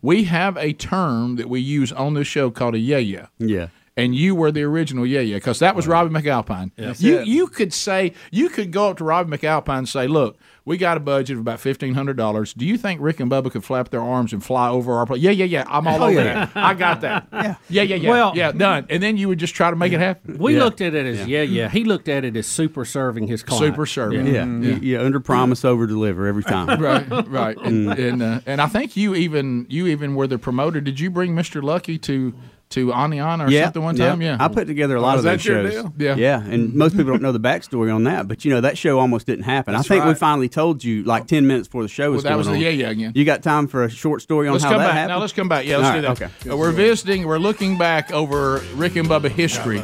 S1: We have a term that we use on this show called a yeah yeah.
S21: Yeah.
S1: And you were the original yeah yeah because that was Robbie McAlpine.
S16: That's
S1: You
S16: it.
S1: you could say you could go up to Robbie McAlpine and say, look, we got a budget of about fifteen hundred dollars. Do you think Rick and Bubba could flap their arms and fly over our place? Yeah yeah yeah. I'm all
S2: Oh,
S1: over
S2: yeah.
S1: that. I got that. Yeah yeah yeah yeah.
S2: Well-
S1: yeah done. And then you would just try to make it happen.
S2: We
S1: Yeah.
S2: looked at it as yeah. yeah, He looked at it as super serving his client.
S1: Super serving. Mm-hmm.
S21: Yeah, you, you under promise, over deliver every time.
S1: right, right, and
S21: Mm.
S1: and, uh, and I think you even you even were the promoter. Did you bring Mister Lucky to to Aniana or something one time. Yeah,
S21: I put together a
S1: Oh,
S21: lot
S1: is
S21: of
S1: that
S21: those
S1: your
S21: shows.
S1: deal? Yeah.
S21: yeah, and most people don't know the backstory on that, but you know that show almost didn't happen.
S1: That's
S21: I think we
S1: right.
S21: finally told you like ten minutes before the show was.
S1: Well, that was
S21: going
S1: the
S21: on.
S1: yeah, yeah again.
S21: You got time for a short story on
S1: Let's
S21: how
S1: come
S21: that
S1: back
S21: happened?
S1: now. Let's come back. Yeah, let's
S21: All
S1: do
S21: right,
S1: that.
S21: Okay,
S1: Uh, we're visiting. We're looking back over Rick and Bubba history.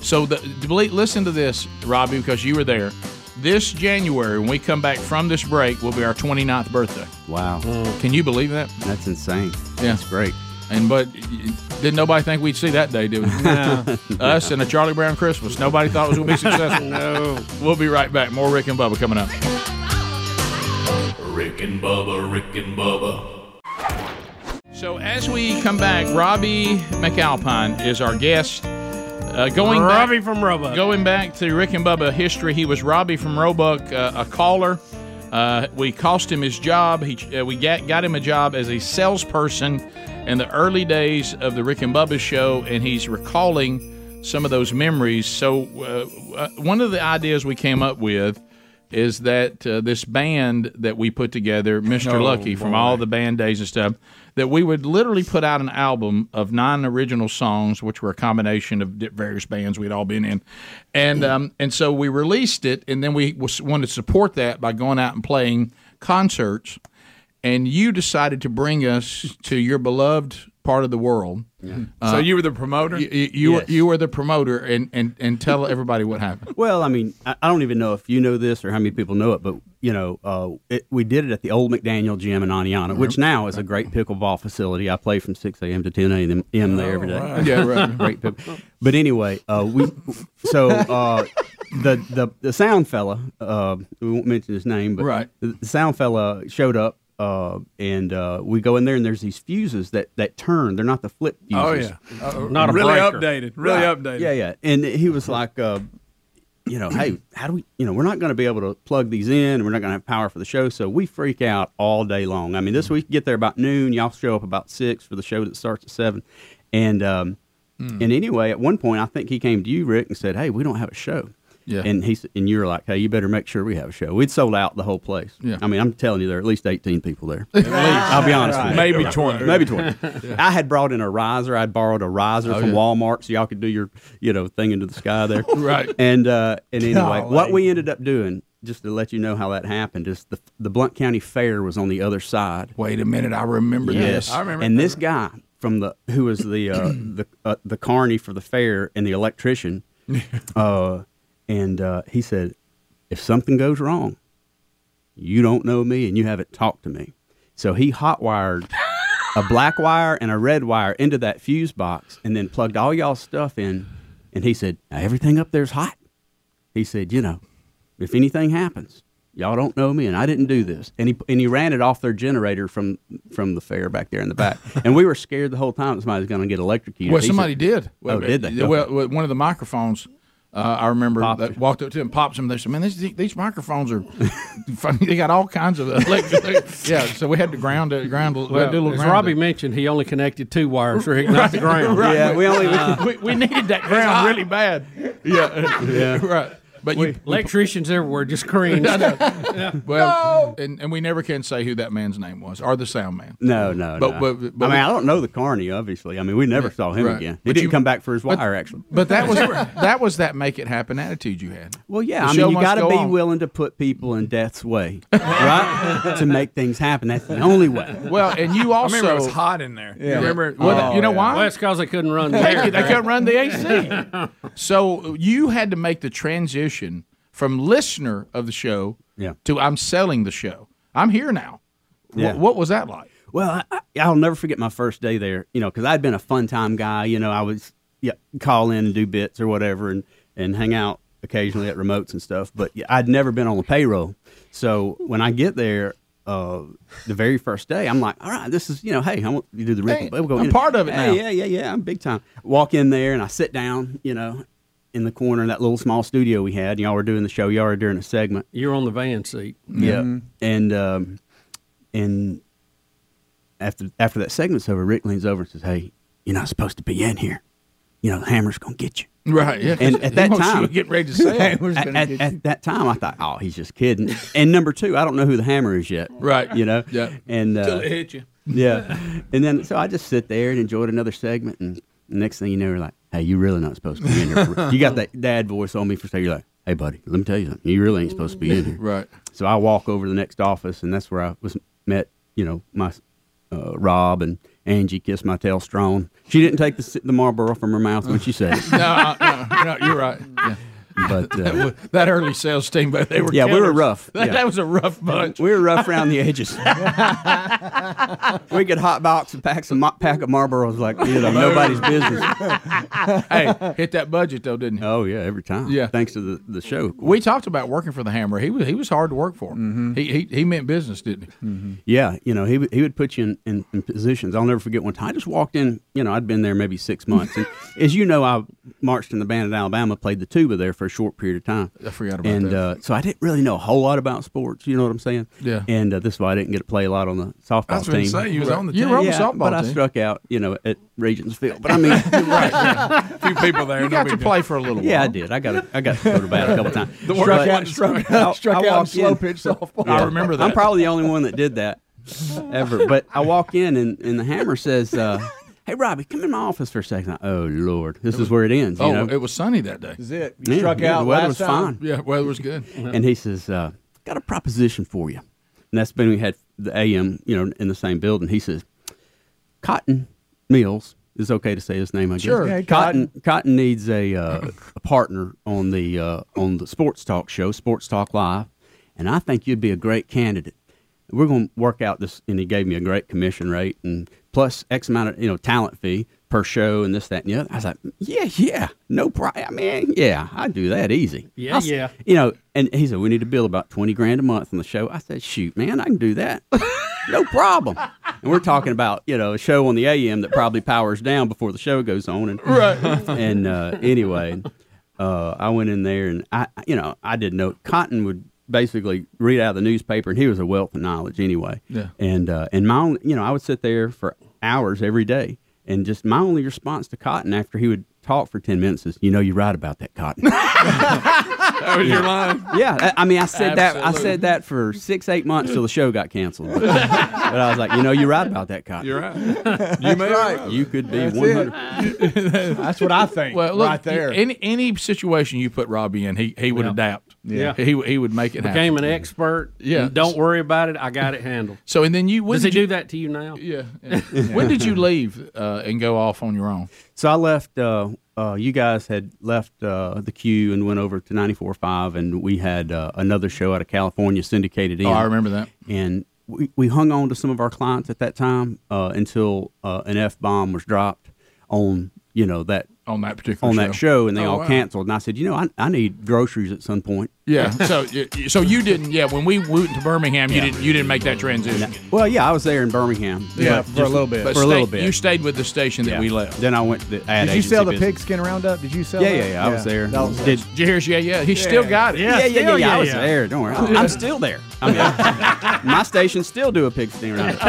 S1: So the, believe- listen to this, Robbie, because you were there. This January, when we come back from this break, will be our 29th birthday.
S21: Wow!
S1: Can you believe that?
S21: That's insane.
S1: Yeah,
S21: That's great.
S1: And but didn't nobody think we'd see that day, did we?
S21: No.
S1: Us and a Charlie Brown Christmas. Nobody thought it was going to be successful.
S3: No.
S1: We'll be right back. More Rick and Bubba coming up.
S3: Rick and Bubba, Rick and Bubba.
S1: So as we come back, Robbie McAlpine is our guest. Uh, going
S2: Robbie
S1: back, from Roebuck. Going back to Rick and Bubba history, he was Robbie from Roebuck, uh, a caller. Uh, we cost him his job. He, uh, we got, got him a job as a salesperson in the early days of the Rick and Bubba show, and he's recalling some of those memories. So uh, uh, one of the ideas we came up with is that uh, this band that we put together, Mr.
S4: Oh,
S1: Lucky, from
S4: boy.
S1: all the band days and stuff, that we would literally put out an album of nine original songs, which were a combination of di- various bands we'd all been in,
S7: Mm.
S1: and um, and so we released it, and then we was, wanted to support that by going out and playing concerts, and you decided to bring us to your beloved part of the world. Uh,
S7: so you were the promoter.
S1: You, you, were, you were the promoter, and, and, and tell everybody what happened.
S21: Well, I mean, I, I don't even know if you know this or how many people know it, but you know, uh, it, we did it at the old McDaniel Gym in Aniana, which now is a great pickleball facility. I play from six a.m. to ten a.m. there every day.
S1: right. Yeah, right.
S21: great pick- But anyway, uh, we so uh, the the the sound fella, uh, we won't mention his name, but
S1: Right.
S21: the the sound fella showed up. Uh, and uh, we go in there, and there's these fuses that, that turn. They're not the flip fuses.
S7: Oh, yeah. Uh, Not a really breaker. updated, really
S21: Right.
S7: updated.
S21: Yeah, yeah. And he was like, uh, you know, hey, how do we, you know, we're not going to be able to plug these in and we're not going to have power for the show. So we freak out all day long. I mean, this week, get there about noon. Y'all show up about six for the show that starts at seven. And, um,
S7: Hmm.
S21: and anyway, at one point, I think he came to you, Rick, and said, hey, we don't have a show.
S1: Yeah.
S21: And he s- and you were like, hey, you better make sure we have a show. We'd sold out the whole place.
S1: Yeah.
S21: I mean, I'm telling you, there are at least 18 people there. I'll be honest with you.
S7: Maybe 20.
S21: Maybe 20. I had brought in a riser. I'd borrowed a riser
S7: Oh,
S21: from
S7: yeah.
S21: Walmart so y'all could do your, you know, thing into the sky there.
S1: Right.
S21: And uh, and anyway,
S1: Golly.
S21: what we ended up doing, just to let you know how that happened, is the the Blunt County Fair was on the other side.
S1: Wait a minute, I remember
S21: yes.
S1: this. I remember
S21: And this guy from the who was the uh, the uh, the carney for the fair and the electrician, uh, and uh, he said, if something goes wrong, you don't know me and you haven't talked to me. So he hotwired a black wire and a red wire into that fuse box and then plugged all y'all's stuff in. And he said, now everything up there's hot. He said, you know, if anything happens, y'all don't know me and I didn't do this. And he, and he ran it off their generator from, from the fair back there in the back. and we were scared the whole time that somebody was going to get electrocuted.
S1: Well,
S21: He said-
S1: somebody did.
S21: Oh, did they?
S1: Well, well, one of the microphones. Uh, I remember that walked up to him, popped him. They said, "Man, these, these microphones are funny. They got all kinds of electric. yeah." So we had to ground it, ground,
S2: Well,
S1: do a little
S2: as
S1: ground.
S2: Robbie mentioned, he only connected two wires, Rick, not the ground.
S1: Right.
S2: Uh,
S1: we, we needed that ground really bad. Yeah, uh,
S2: Yeah.
S1: right. But you,
S2: electricians everywhere just cringe.
S1: I know. Well, and, and we never can say who that man's name was or the sound man.
S21: No, no,
S1: But-
S21: no.
S1: but- but
S21: I mean,
S1: we-
S21: I don't know the carney. Obviously, I mean, we never saw him
S1: Right.
S21: again. He
S1: But
S21: didn't
S1: you-
S21: come back for his
S1: but-
S21: wire, actually.
S1: But that was that was that make it happen attitude you had.
S21: Well, yeah,
S1: The
S21: I
S1: show
S21: mean, you
S1: must
S21: got to
S1: go
S21: be
S1: on.
S21: willing to put people in death's way, right? to make things happen. That's the only way.
S1: Well, and you
S7: I
S1: also
S7: remember it was hot in there.
S21: Yeah.
S7: You remember?
S1: Well, that- you know why?
S2: Well, that's because they couldn't run.
S1: They,
S2: the
S1: could- they
S2: air,
S1: couldn't
S2: right?
S1: run the AC. so you had to make the transition from listener of the show to I'm selling the show. I'm here now. Wh-
S21: Yeah.
S1: What, was that like?
S21: Well, I, I, I'll never forget my first day there. You know, because I'd been a fun time guy. You know, I was yeah, call in and do bits or whatever, and and hang out occasionally at remotes and stuff. But yeah, I'd never been on the payroll. So when I get there. Uh, the very first day, I'm like, all right, this is you know, hey, I want you to do the
S1: Hey,
S21: rent. we'll go
S1: I'm
S21: in.
S1: part of it
S21: Hey,
S1: now.
S21: Yeah, yeah, yeah, I'm big time. Walk in there and I sit down, you know, in the corner in that little small studio we had. And y'all were doing the show, y'all were doing a segment.
S2: You were on the van seat.
S21: Yeah,
S1: Mm-hmm.
S21: and um, and after after that segment's over, Rick leans over and says, "Hey, you're not supposed to be in here. You know, the hammer's gonna get you."
S1: Right, yeah, 'cause
S21: And at
S1: he
S21: that
S1: wants you
S21: time,
S1: to get ready to sell. Hammer's
S21: at,
S1: gonna
S21: at,
S1: get you.
S21: at that time, I thought, "Oh, he's just kidding." And number two, I don't know who the hammer is yet.
S1: Right.
S21: You know.
S1: Yeah.
S21: And uh,
S1: Till it hit you.
S21: Yeah. And then so I just sit there and enjoyed another segment and. Next thing you know, you're like, hey, you're really not supposed to be in here. for- you got that dad voice on me for saying, you're like, hey, buddy, let me tell you something. You really ain't supposed to be in here.
S1: right.
S21: So I walk over to the next office, and that's where I was met, you know, my uh, Rob and Angie kissed my tail strong. She didn't take the, the Marlboro from her mouth when she said it.
S1: No, uh, no, no, you're right. Yeah.
S21: But,
S1: that,
S21: uh,
S1: wa- that early sales team, but they were
S21: Yeah, we were
S1: killers.
S21: rough,
S1: That,
S21: yeah.
S1: that was a rough bunch.
S21: We were rough around the edges. we could hot box and pack some mo- pack of Marlboros like you know nobody's business.
S1: hey, hit that budget though, didn't he?
S21: Oh yeah, every time.
S1: Yeah,
S21: thanks to the, the show.
S1: We talked about working for the Hammer. He was he was hard to work for.
S7: Mm-hmm.
S1: He, he he meant business, didn't he?
S21: Mm-hmm. Yeah, you know, he, would- he would put you in, in, in positions. I'll never forget one time. I just walked in, you know, I'd been there maybe six months. And as you know, I marched in the band at Alabama, played the tuba there for a short period of time.
S1: I forgot about
S21: and,
S1: that.
S21: uh, so I didn't really know a whole lot about sports. You know what I'm saying?
S1: Yeah.
S21: And uh, this is why I didn't get to play a lot on the softball
S1: That's what
S21: team.
S1: I'm saying. You was on the
S21: You
S1: team.
S21: were on
S1: Yeah,
S21: the softball
S1: but I
S21: team. struck out, you know, at Regents Field. But I mean,
S1: A few people there.
S21: You got to play
S1: for a little
S21: yeah, I did. I got a, I got to go to bat a couple times.
S1: The worst
S21: Struck
S1: one-
S21: out-
S1: struck out- struck out in
S21: walked
S1: slow pitch softball. I remember that.
S21: I'm probably the only one that did that ever. But I walk in and, and the hammer says, uh, "Hey, Robbie, come in my office for a second. Oh Lord, this is where it ends. You
S1: Oh,
S21: know?
S1: it was sunny that day.
S5: Is it?
S21: You Yeah, struck yeah, the out weather last was time. fine.
S1: Yeah, weather was good.
S21: and he says, uh, "Got a proposition for you." And that's been we had the AM, you know, in the same building. He says, "Cotton Mills is okay to say his name, I guess.
S1: Sure. Yeah,
S21: Cotton Cotton needs a, uh, a partner on the uh, on the sports talk show, Sports Talk Live, and I think you'd be a great candidate. We're going to work out this." And he gave me a great commission rate and plus X amount of you know talent fee per show and this that and the other. I was like, "Yeah, yeah, no problem. I mean, yeah, I do that easy."
S2: Yeah,
S21: I s-
S2: yeah.
S21: You know, and he said we need to bill about twenty grand a month on the show. I said, "Shoot, man, I can do that." no problem. And we're talking about you know a show on the AM that probably powers down before the show goes on. And
S1: Right.
S21: And uh, anyway, uh, I went in there and I you know I didn't know Cotton would basically read out of the newspaper and he was a wealth of knowledge anyway.
S1: Yeah.
S21: And uh, and my only, you know I would sit there for hours every day and just my only response to Cotton after he would talk for ten minutes is you know you're right about that Cotton.
S1: That was your line.
S21: Yeah, I I mean, I said that. I
S1: Absolutely.
S21: said that for six, eight months till the show got canceled. But, I was like, you know, you're right about that, Cotton.
S1: You're right.
S21: You may right. You could be
S1: That's
S21: one hundred.
S1: That's
S22: what I think.
S1: Well, look,
S22: right there.
S1: Any any situation you put Robbie in, he he would adapt.
S2: Yeah.
S1: he he would make it
S2: Became
S1: happen.
S2: an expert.
S1: Yeah.
S2: and don't worry about it. I got it handled.
S1: So and then you when
S2: Does he
S1: did you,
S2: do that to you now?
S1: Yeah. when did you leave uh, and go off on your own?
S21: Hmm. So I left. Uh, uh, you guys had left uh, the queue and went over to 94.5, and we had uh, another show out of California syndicated in.
S1: Oh, I remember that.
S21: And we, we hung on to some of our clients at that time uh, until uh, an F bomb was dropped on you know that
S1: on that particular
S21: on
S1: show.
S21: that show, and they
S1: Oh,
S21: all
S1: wow.
S21: canceled. And I said, you know, I, I need groceries at some point.
S1: Yeah. So y- y- so you didn't. Yeah. When we went to Birmingham, you didn't you didn't make that transition.
S21: Well, yeah, I was there in Birmingham. but just-
S1: But
S21: For a
S1: stay-
S21: little bit.
S1: You stayed with the station that
S21: Yeah.
S1: we left.
S21: Then I went to the ad
S22: Did you sell the
S21: agency business.
S22: pigskin roundup? Did you sell
S21: Yeah,
S22: that?
S21: yeah, yeah. I was there.
S22: That was
S21: Did,
S1: Did you hear? us? Yeah, yeah. He still got it.
S21: yeah, yeah, yeah, yeah, I was there. Don't worry. I'm
S1: Yeah.
S21: still there. I mean, my station still do a pigskin round.
S4: Oh,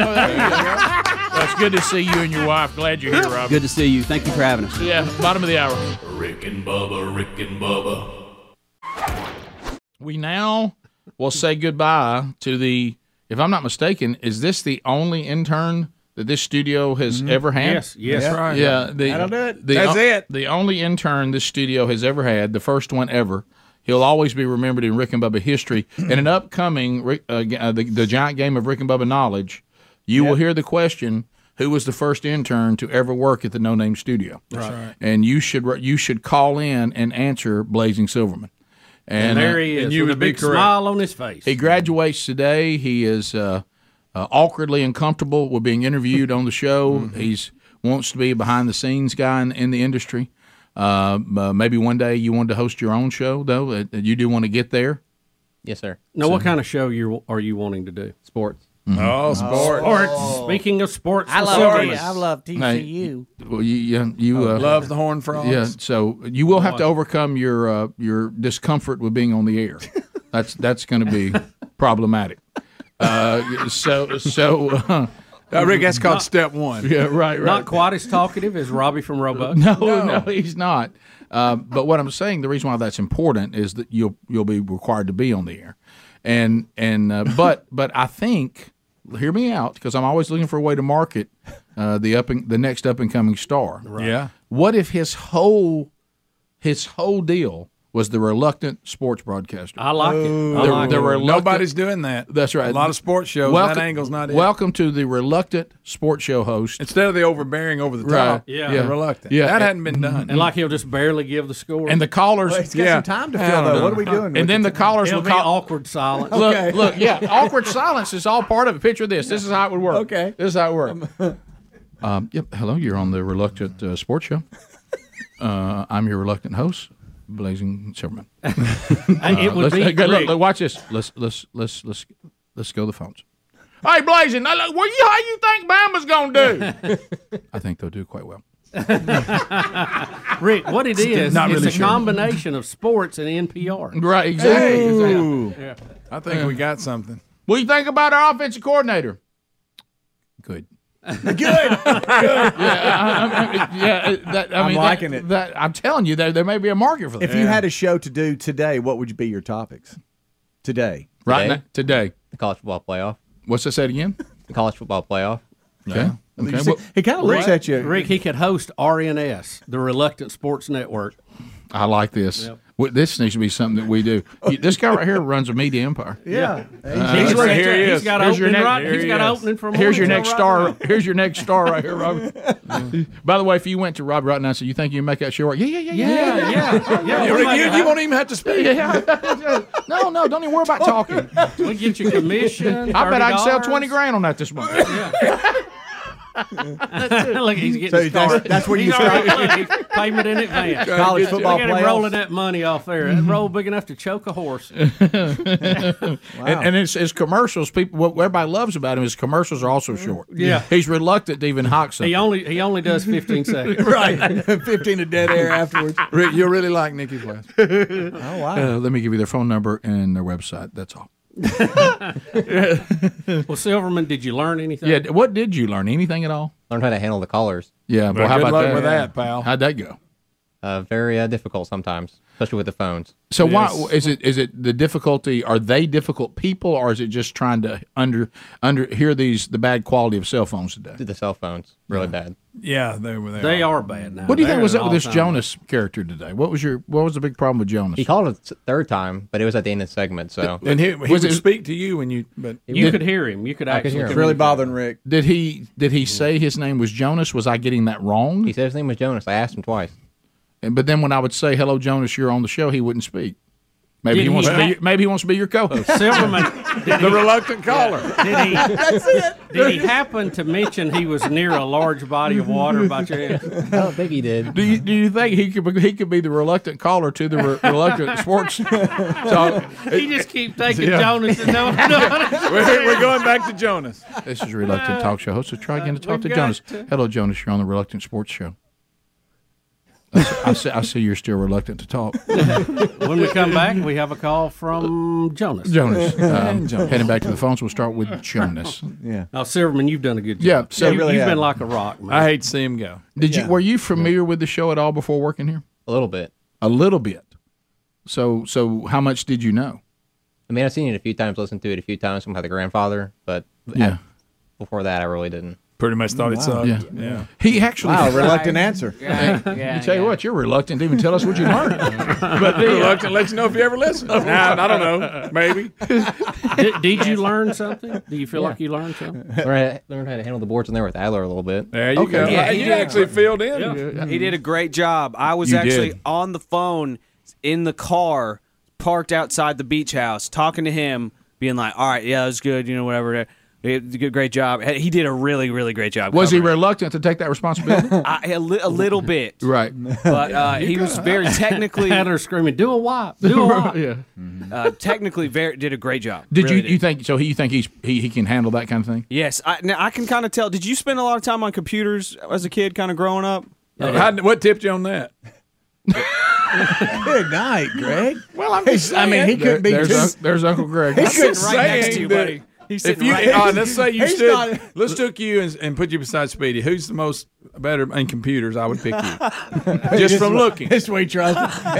S4: Well, it's good to see you and your wife. Glad you're here, Rob.
S21: Good to see you. Thank you for having us.
S4: Yeah, bottom of the hour.
S3: Rick and Bubba, Rick and Bubba.
S1: We now will say goodbye to the. If I'm not mistaken, is this the only intern that this studio has ever had?
S2: Mm-hmm. Yes, yes. That's right.
S1: Yeah, the,
S2: That'll do it.
S1: the-
S2: That's it.
S1: The only intern this studio has ever had, the first one ever. He'll always be remembered in Rick and Bubba history.
S2: Mm-hmm.
S1: In an upcoming Rick- uh, g- uh, the, the giant game of Rick and Bubba knowledge, you will hear the question: Who was the first intern to ever work at the No Name Studio?
S2: That's Right. right.
S1: And you should re- you should call in and answer Blazing Silverman.
S2: And, there
S1: uh,
S2: he is, with a big smile on his face.
S1: He graduates today. He is uh, uh, awkwardly uncomfortable with being interviewed on the show.
S2: Mm-hmm.
S1: He's wants to be a behind the scenes guy in, in the industry. Uh, uh, maybe one day you want to host your own show, though. Uh, you do want to get there.
S12: Yes, sir.
S2: Now, what kind of show you are you wanting to do?
S12: Sports.
S1: Oh, sports. Oh.
S2: Sports. Speaking of sports,
S1: I
S2: the
S1: love
S2: Silvermans.
S1: it. I love TCU. Well, you you, you uh,
S7: Love the Horned Frogs.
S1: Yeah, so you will have to overcome your uh, your discomfort with being on the air. That's that's going to be problematic. Uh, so so. Uh,
S7: Uh, Rick, that's called
S1: Not-
S7: step one.
S1: Yeah, right, right.
S2: Not quite as talkative as Robbie from Roebuck.
S1: No, no, he's not. Uh, but what I'm saying, the reason why that's important is that you'll you'll be required to be on the air, and and uh, but but I think, hear me out, because I'm always looking for a way to market uh, the up and, the next up and coming star.
S7: Yeah.
S1: What if his whole his whole deal was the reluctant sports broadcaster?
S2: I like
S1: The-
S7: it.
S1: the reluctant-
S7: Nobody's doing that.
S1: That's right.
S7: A lot of sports shows.
S1: Welcome,
S7: that angle's not it.
S1: Welcome to the reluctant sports show host.
S7: Instead of the overbearing over the
S1: Right.
S7: top,
S1: Yeah.
S7: the
S1: Yeah.
S7: reluctant.
S1: Yeah.
S7: That
S1: And-
S7: hadn't been done.
S1: and like
S2: he'll just barely give the score.
S1: And the callers,
S7: Well, he's got some time to fill,
S1: I don't
S7: though.
S1: know.
S7: What are we doing with
S1: And then
S7: the
S1: the callers
S2: It'll
S1: will
S2: be
S1: call
S2: awkward silence.
S1: Look,
S2: Okay.
S1: look, yeah, awkward silence is all part of it. Picture this. This is how it would work. Okay, this is how it works. Um, yep. Hello, you're on the reluctant uh, sports show. Uh, I'm your reluctant host, Blazing Silverman.
S2: it would
S1: let's-
S2: be
S1: uh, good, look,
S2: Rick.
S1: look, watch this. Let's let's let's let's let's go to the phones.
S4: Hey, Blazing, now look, what you, how you think Bama's going to do?
S1: I think they'll do quite well.
S2: Rick, what it
S1: Still
S2: is,
S1: not
S2: it's
S1: really
S2: a
S1: sure.
S2: combination of sports and NPR.
S1: Right, exactly. Ooh. Yeah.
S7: I think
S1: Yeah.
S7: we got something.
S1: What do you think about our offensive coordinator? Good.
S7: Good.
S1: yeah, I, I, yeah, uh, that, I
S5: I'm
S1: mean,
S5: liking
S1: that,
S5: it.
S1: That, I'm telling you, there, there may be a market for that.
S5: If you had a show to do today, what would be your topics? Today.
S1: Right now- today.
S23: The college football playoff.
S1: What's that said again?
S23: The college football playoff.
S1: Okay.
S5: Okay, well- He kinda looks
S2: Rick-
S5: at you.
S2: Rick, he could host RNS, the Reluctant Sports Network.
S1: I like this. Well, This needs to be something that we do. You- This guy right here runs a media empire.
S2: Yeah.
S1: Uh,
S2: He's-
S1: he's
S2: he's-
S1: right here. He
S2: he's
S1: is.
S2: got
S1: Here's your
S2: opening
S1: next-
S2: right-
S1: here
S2: he's
S1: he
S2: got
S1: is.
S2: opening from
S1: Here's your
S2: morning
S1: next
S2: till
S1: star.
S2: right
S1: Here's your next star right here, Robert. By the way, if you went to Rob right now and said, "You think you can make that show work?" Yeah, yeah, yeah, yeah, yeah.
S7: Yeah,
S1: we're
S7: Rick,
S1: like
S7: you,
S1: that.
S7: you won't even have to speak.
S1: no, no, don't even worry about talking.
S2: We'll get you commission.
S1: I bet I can sell
S2: $30.
S1: twenty grand on that this month.
S2: Look, he's getting
S1: So
S2: so
S1: that's-
S2: started.
S1: that's where you
S2: He's
S1: start.
S2: already- look, payment in advance.
S1: Trying to College get you- football
S2: Look at him
S1: playoffs.
S2: rolling that money off there. That roll big enough to choke a horse.
S1: and, and his, his commercials, people, what everybody loves about him is commercials are also short.
S2: Yeah.
S1: he's reluctant to even hock something.
S2: he only he only does fifteen seconds.
S1: Right.
S5: Fifteen of dead air afterwards.
S1: Rick, you'll really like Nikki's last.
S5: oh wow.
S1: Uh, let me give you their phone number and their website. That's all.
S2: well, Silverman, did you learn anything?
S1: Yeah. What did you learn? Anything at all?
S23: Learned how to handle the callers.
S1: Yeah. Well, how about that? How'd that go?
S23: Uh, very uh, difficult sometimes, especially with the phones.
S1: So why is it? Is it the difficulty? Are they difficult people, or is it just trying to uh, under under hear these the bad quality of cell phones today?
S23: The cell phones really bad.
S7: Yeah, they were there.
S2: They are bad now.
S1: What do you
S23: They're
S1: think was
S23: an
S1: up with this
S23: all-time
S1: Jonas character today? What was your what was the big problem with Jonas?
S23: He called it third time, but it was at the end of the segment. So
S1: And he- he Was would it-
S7: speak to you when you but
S2: You could hear him. You could
S23: I could
S2: actually.
S23: hear
S2: communicate.
S23: him. It's really
S5: bothering Rick.
S1: Did he did he say his name was Jonas? Was I getting that wrong? He
S23: said his name was Jonas. I asked him twice.
S1: And but then when I would say hello Jonas, you're on the show, he wouldn't speak. Maybe he, wants to be maybe he wants to be your co-host.
S2: Silverman, did
S1: The
S2: he-
S1: reluctant caller.
S2: Did he?
S1: That's it.
S2: Did he happen to mention he was near a large body of water by chance? I
S23: don't think Oh, he did.
S1: Do you, do you think he could be, he could be the reluctant caller to the re- reluctant sports talk?
S2: He just keep taking
S1: Yeah.
S2: Jonas and no, no,
S7: we're, we're going back to Jonas.
S1: This is reluctant talk show host. So try again to talk to
S7: We've got
S1: Jonas.
S7: to-
S1: Hello, Jonas. You're on the reluctant sports show. I see, I see, I see you're still reluctant to talk.
S2: When we come back, we have a call from Jonas.
S1: Jonas, um, heading back to the phones. We'll start with Jonas.
S5: Yeah.
S2: Now, Silverman, you've done a good job.
S1: Yeah, so-
S2: you,
S1: Really
S2: have
S1: have.
S2: been like a rock, man.
S7: I hate to see him go.
S1: Did you were you familiar with the show at all before working here?
S23: A little bit.
S1: A little bit. So so how much did you know?
S23: I mean, I've seen it a few times, listened to it a few times from my grandfather, but
S1: Yeah.
S23: before that, I really didn't.
S7: Pretty much
S2: Oh,
S7: thought it
S2: uh,
S7: sucked.
S1: Yeah.
S7: Yeah.
S1: He actually
S7: Wow, reluctant answer.
S1: Hey,
S7: Yeah, yeah,
S1: you tell you what, you're reluctant to even tell us what you learned. uh,
S7: But the reluctant let you know if you ever listen. nah, I don't know. Maybe.
S2: did, did you learn something? Do you feel like you learned something?
S23: learned, how- learned how to handle the boards in there with Adler a little bit.
S7: There you go.
S23: Yeah,
S7: you actually filled in.
S12: He did a great job. I was
S23: You
S12: actually
S23: did.
S12: on the phone in the car parked outside the beach house talking to him, being like, all right, yeah, that was good, you know, whatever. It- good- Great job. He did a really, really great job.
S1: Was he
S12: covering
S1: reluctant to take that responsibility?
S12: it. I- a, li- a little bit.
S1: right.
S12: But uh, he was very technically,
S2: Had her screaming, "Do a wop, do a wop."
S1: yeah.
S12: uh, technically, very, did a great job.
S1: Did
S12: Really
S1: you you think so? He think he's he, he can handle that kind of thing?
S12: Yes, I, now I can kind of tell. Did you spend a lot of time on computers as a kid, kind of growing up?
S7: How- what tipped you on that?
S5: Good night, Greg.
S7: Well, I'm
S5: just I mean, he
S1: There-
S5: couldn't be
S1: there's,
S5: too-
S1: un- there's Uncle Greg.
S5: He
S7: I'm
S5: couldn't
S7: just
S5: right next
S7: saying
S5: to you,
S7: that
S5: buddy. He's
S7: if
S5: sitting
S7: you,
S1: Oh,
S5: right
S7: uh,
S5: next to
S7: let's say
S5: you.
S7: you
S5: He's
S7: stood,
S5: not-
S7: let's took you and, and put you beside Speedy. Who's the most better in computers, I would pick you.
S5: Just
S7: just from
S5: wa-
S7: looking. That's way trust.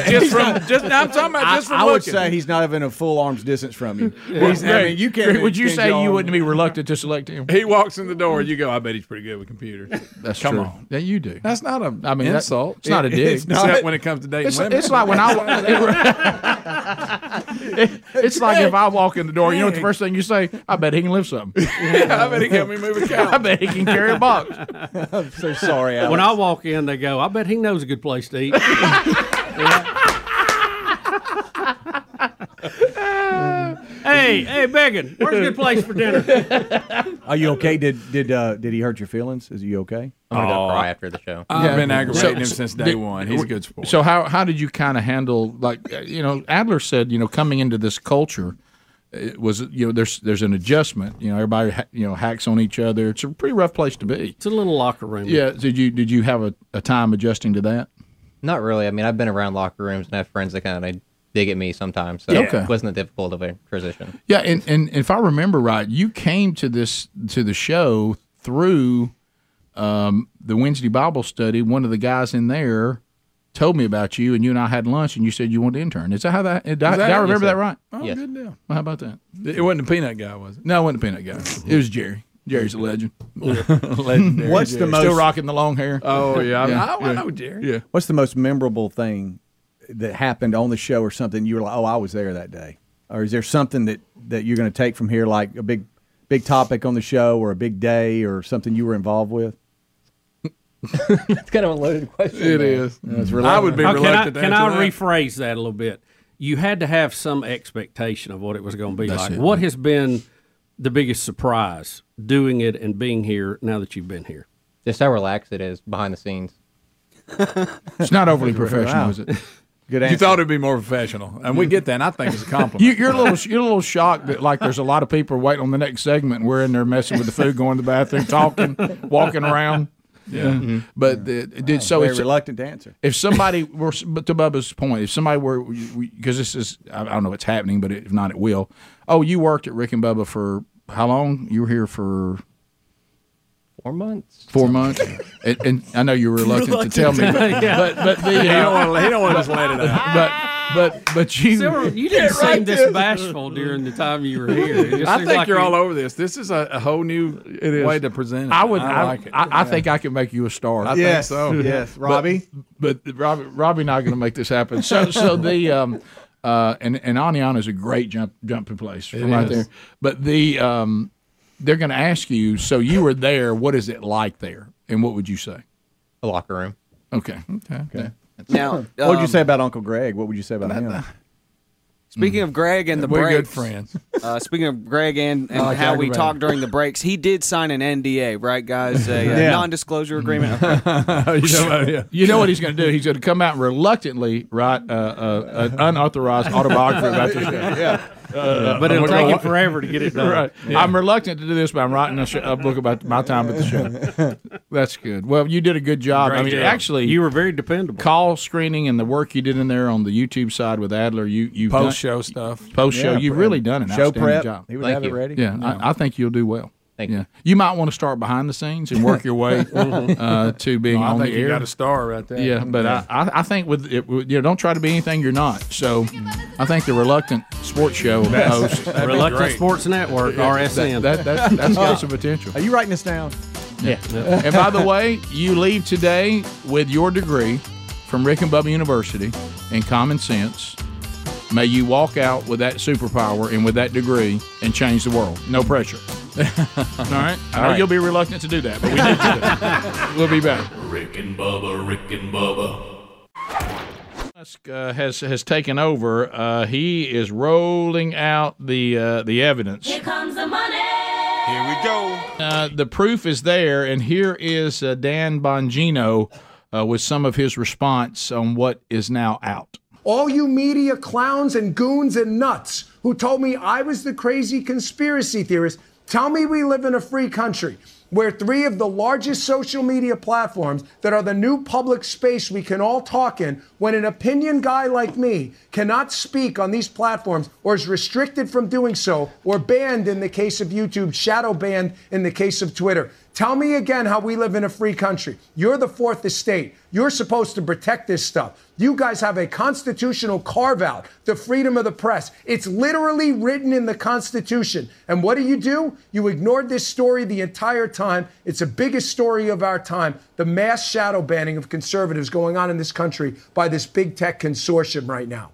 S7: just from just I'm talking about
S5: I-
S7: just from
S5: I,
S7: looking.
S5: would say he's not even a full arm's distance from you.
S7: Well,
S5: He's- I
S7: Greg,
S5: mean, you can't.
S7: Greg, would you
S5: can't
S7: say
S5: go
S7: you
S5: on-
S7: wouldn't be reluctant to select him? He walks in the door, you go. I bet he's pretty good with computers.
S1: That's
S7: Come
S1: true.
S7: on.
S1: Yeah, you do.
S7: That's not a
S1: I mean, that-
S7: insult.
S1: it's not a
S7: It-
S1: dig.
S7: It's not
S1: Except
S7: when it comes to dating
S1: It's,
S7: women.
S1: it's like when I. It- it's like if I walk in the door, you know what the first thing you say? I bet he can lift something.
S7: I bet he helped me move a cow.
S1: I bet he can carry a box.
S2: I'm so
S5: sorry,
S2: When I
S5: Alex.
S2: walk in, they go, I bet he knows a good place to eat. hey, hey, Beggin, where's a good place for dinner?
S5: Are you okay? Did did uh, did he hurt your feelings? Is you okay?
S23: I'm gonna cry after the show.
S5: I've been aggravating
S1: So-
S5: him since day one. He's a good sport.
S1: So how how did you kind of handle like uh, you know Adler said you know coming into this culture it was you know there's there's an adjustment you know everybody ha- you know hacks on each other it's a pretty rough place to be. It's
S2: a little locker room.
S1: Yeah. Did you did you have a, a time adjusting to that?
S23: Not really. I mean, I've been around locker rooms and have friends that kind of dig at me sometimes, so
S1: Yeah. Okay.
S23: it wasn't a difficult of a transition.
S1: Yeah, and, and if I remember right, you came to this to the show through um, the Wednesday Bible study. One of the guys in there told me about you, and you and I had lunch, and you said you wanted to intern. Is that how that? Did, I,
S7: Is
S1: did I remember
S7: Yes,
S1: that
S7: sir.
S1: right?
S7: Oh, good deal.
S1: Well, how about that?
S7: It wasn't the peanut guy, was it?
S1: No, it wasn't the peanut guy. It was Jerry. Jerry's a legend.
S7: Legendary
S5: What's the
S1: Jerry.
S5: most
S1: still rocking the long hair?
S7: Oh, yeah. I- I- I know Jerry. Yeah.
S5: What's the most memorable thing that happened on the show or something you were like, oh, I was there that day? Or is there something that, that you're going to take from here, like a big big topic on the show or a big day or something you were involved with?
S23: It's kind of a loaded question.
S5: It is. That's reluctant. I would be
S2: Oh,
S5: reluctant to
S2: Can I,
S5: answer
S2: can I
S5: that.
S2: rephrase that a little bit? You had to have some expectation of what it was going to be
S16: That's
S2: like.
S16: it.
S2: What has been the biggest surprise doing it and being here now that you've been here?
S23: Just how relaxed it is behind the scenes.
S1: It's not overly professional, is it?
S5: Good
S7: You thought it'd be more professional, and we get that. and I think it's a compliment.
S1: You, you're a little you're a little shocked that like there's a lot of people waiting on the next segment. And we're in there messing with the food, going to the bathroom, talking, walking around.
S5: Yeah. Mhm.
S1: but the- it did so.
S5: Very
S1: it's
S5: reluctant to answer.
S1: If somebody were, but to Bubba's point, if somebody were, because this is, I I don't know what's happening, but if not, it will. Oh, you worked at Rick and Bubba for how long? You were here for
S23: Four months.
S1: Four months, and, and I know you were reluctant, to tell me,
S23: Reluctant. Yeah.
S1: but but the,
S23: He don't wanna- he don't wanna
S1: but-
S23: just let it out.
S1: But but but you
S2: Silver, you didn't seem this bashful during the time you were here. It just
S7: I
S2: seems
S7: think
S2: like
S7: you're
S2: you-
S7: all over this. This is a, a whole new
S1: is.
S7: way to present it.
S1: I would. I,
S7: I
S1: I,
S7: like it.
S1: I,
S7: Yeah.
S1: think I can make you a star.
S7: I think Yes, so. yes.
S1: But-
S7: Robbie?
S1: but, Robbie, Robbie, not going to make this happen. So, so the um, uh, and and Aniana is a great jump jumping place
S7: It
S1: from right
S7: is.
S1: there. But the um, they're going to ask you. So you were there. What is it like there? And what would you say?
S23: A locker room.
S1: Okay. Okay.
S5: Okay.
S1: Now,
S5: what would you
S1: um,
S5: say about Uncle Greg? What would you say about him?
S12: Speaking of Greg and the
S5: We're good
S12: breaks,
S5: friends.
S12: Uh, speaking of Greg and, and
S5: I like
S12: how we
S5: aggravated.
S12: talk during the breaks, he did sign an NDA, right, guys? A uh,
S1: Yeah.
S12: non-disclosure agreement. Okay.
S1: you, know, you know what he's going to do? He's going to come out and reluctantly write uh, uh, an unauthorized autobiography about this show.
S2: Yeah.
S1: Uh,
S2: But it'll
S1: I'm
S2: take
S1: gonna-
S2: him forever to get it done.
S1: Right.
S2: Yeah.
S1: I'm reluctant to do this, but I'm writing a, sh- a book about my time at the show. That's good. Well, you did a good job.
S2: Great
S1: I mean,
S2: job.
S1: actually,
S2: You were very dependable.
S1: Call screening and the work you did in there on the YouTube side with Adler, you you
S7: Post-show stuff.
S1: Post show,
S7: Yeah,
S1: you've
S7: prep.
S1: really done an
S7: Show
S1: outstanding
S7: prep.
S1: job.
S7: He would Thank have it you. ready.
S1: Yeah, I, I think you'll do well. Thank yeah. you. You might want to start behind the scenes and work your way uh, to being
S7: No, I
S1: on
S7: think
S1: the
S7: you
S1: air.
S7: got a star right there.
S1: Yeah, but I I, I think with it, with- you know, don't try to be anything you're not. So I think the reluctant sports show
S2: That's-
S1: host,
S2: that'd be Reluctant great. Sports Network, RSN.
S1: That, that, that, has got some potential.
S5: Are you writing this down?
S1: Yeah. and by the way, you leave today with your degree from Rick and Bubba University in common sense. May you walk out with that superpower and with that degree and change the world. No pressure. All right. I know
S3: All right.
S1: you'll be reluctant to do that, but we need to. do it. we'll be back.
S3: Rick and Bubba, Rick and Bubba.
S1: Musk uh, has has taken over. Uh, he is rolling out the uh, the evidence.
S8: Here comes the money. Here we go.
S1: Uh, the proof is there, and here is uh, Dan Bongino uh, with some of his response on what is now out.
S9: All you media clowns and goons and nuts who told me I was the crazy conspiracy theorist, tell me we live in a free country where three of the largest social media platforms that are the new public space we can all talk in, when an opinion guy like me cannot speak on these platforms or is restricted from doing so or banned in the case of YouTube, shadow banned in the case of Twitter. Tell me again how we live in a free country. You're the fourth estate. You're supposed to protect this stuff. You guys have a constitutional carve out, the freedom of the press. It's literally written in the Constitution. And what do you do? You ignored this story the entire time. It's the biggest story of our time the mass shadow banning of conservatives going on in this country by this big tech consortium right now.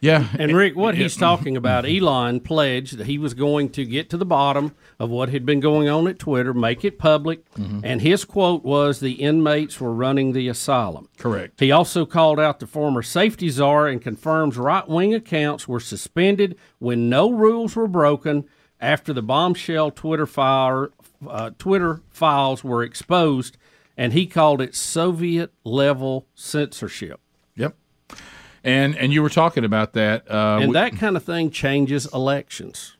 S1: Yeah.
S2: And Rick, what he's talking about, Elon pledged that he was going to get to the bottom of what had been going on at Twitter, make it public.
S1: Mm-hmm.
S2: And his quote was the inmates were running the asylum.
S1: Correct.
S2: He also called out the former safety czar and confirms right wing accounts were suspended when no rules were broken after the bombshell Twitter, fire, uh, Twitter files were exposed. And he called it Soviet level censorship.
S1: Yep. And and you were talking about that. Uh,
S2: and
S1: we-
S2: that kind of thing changes elections.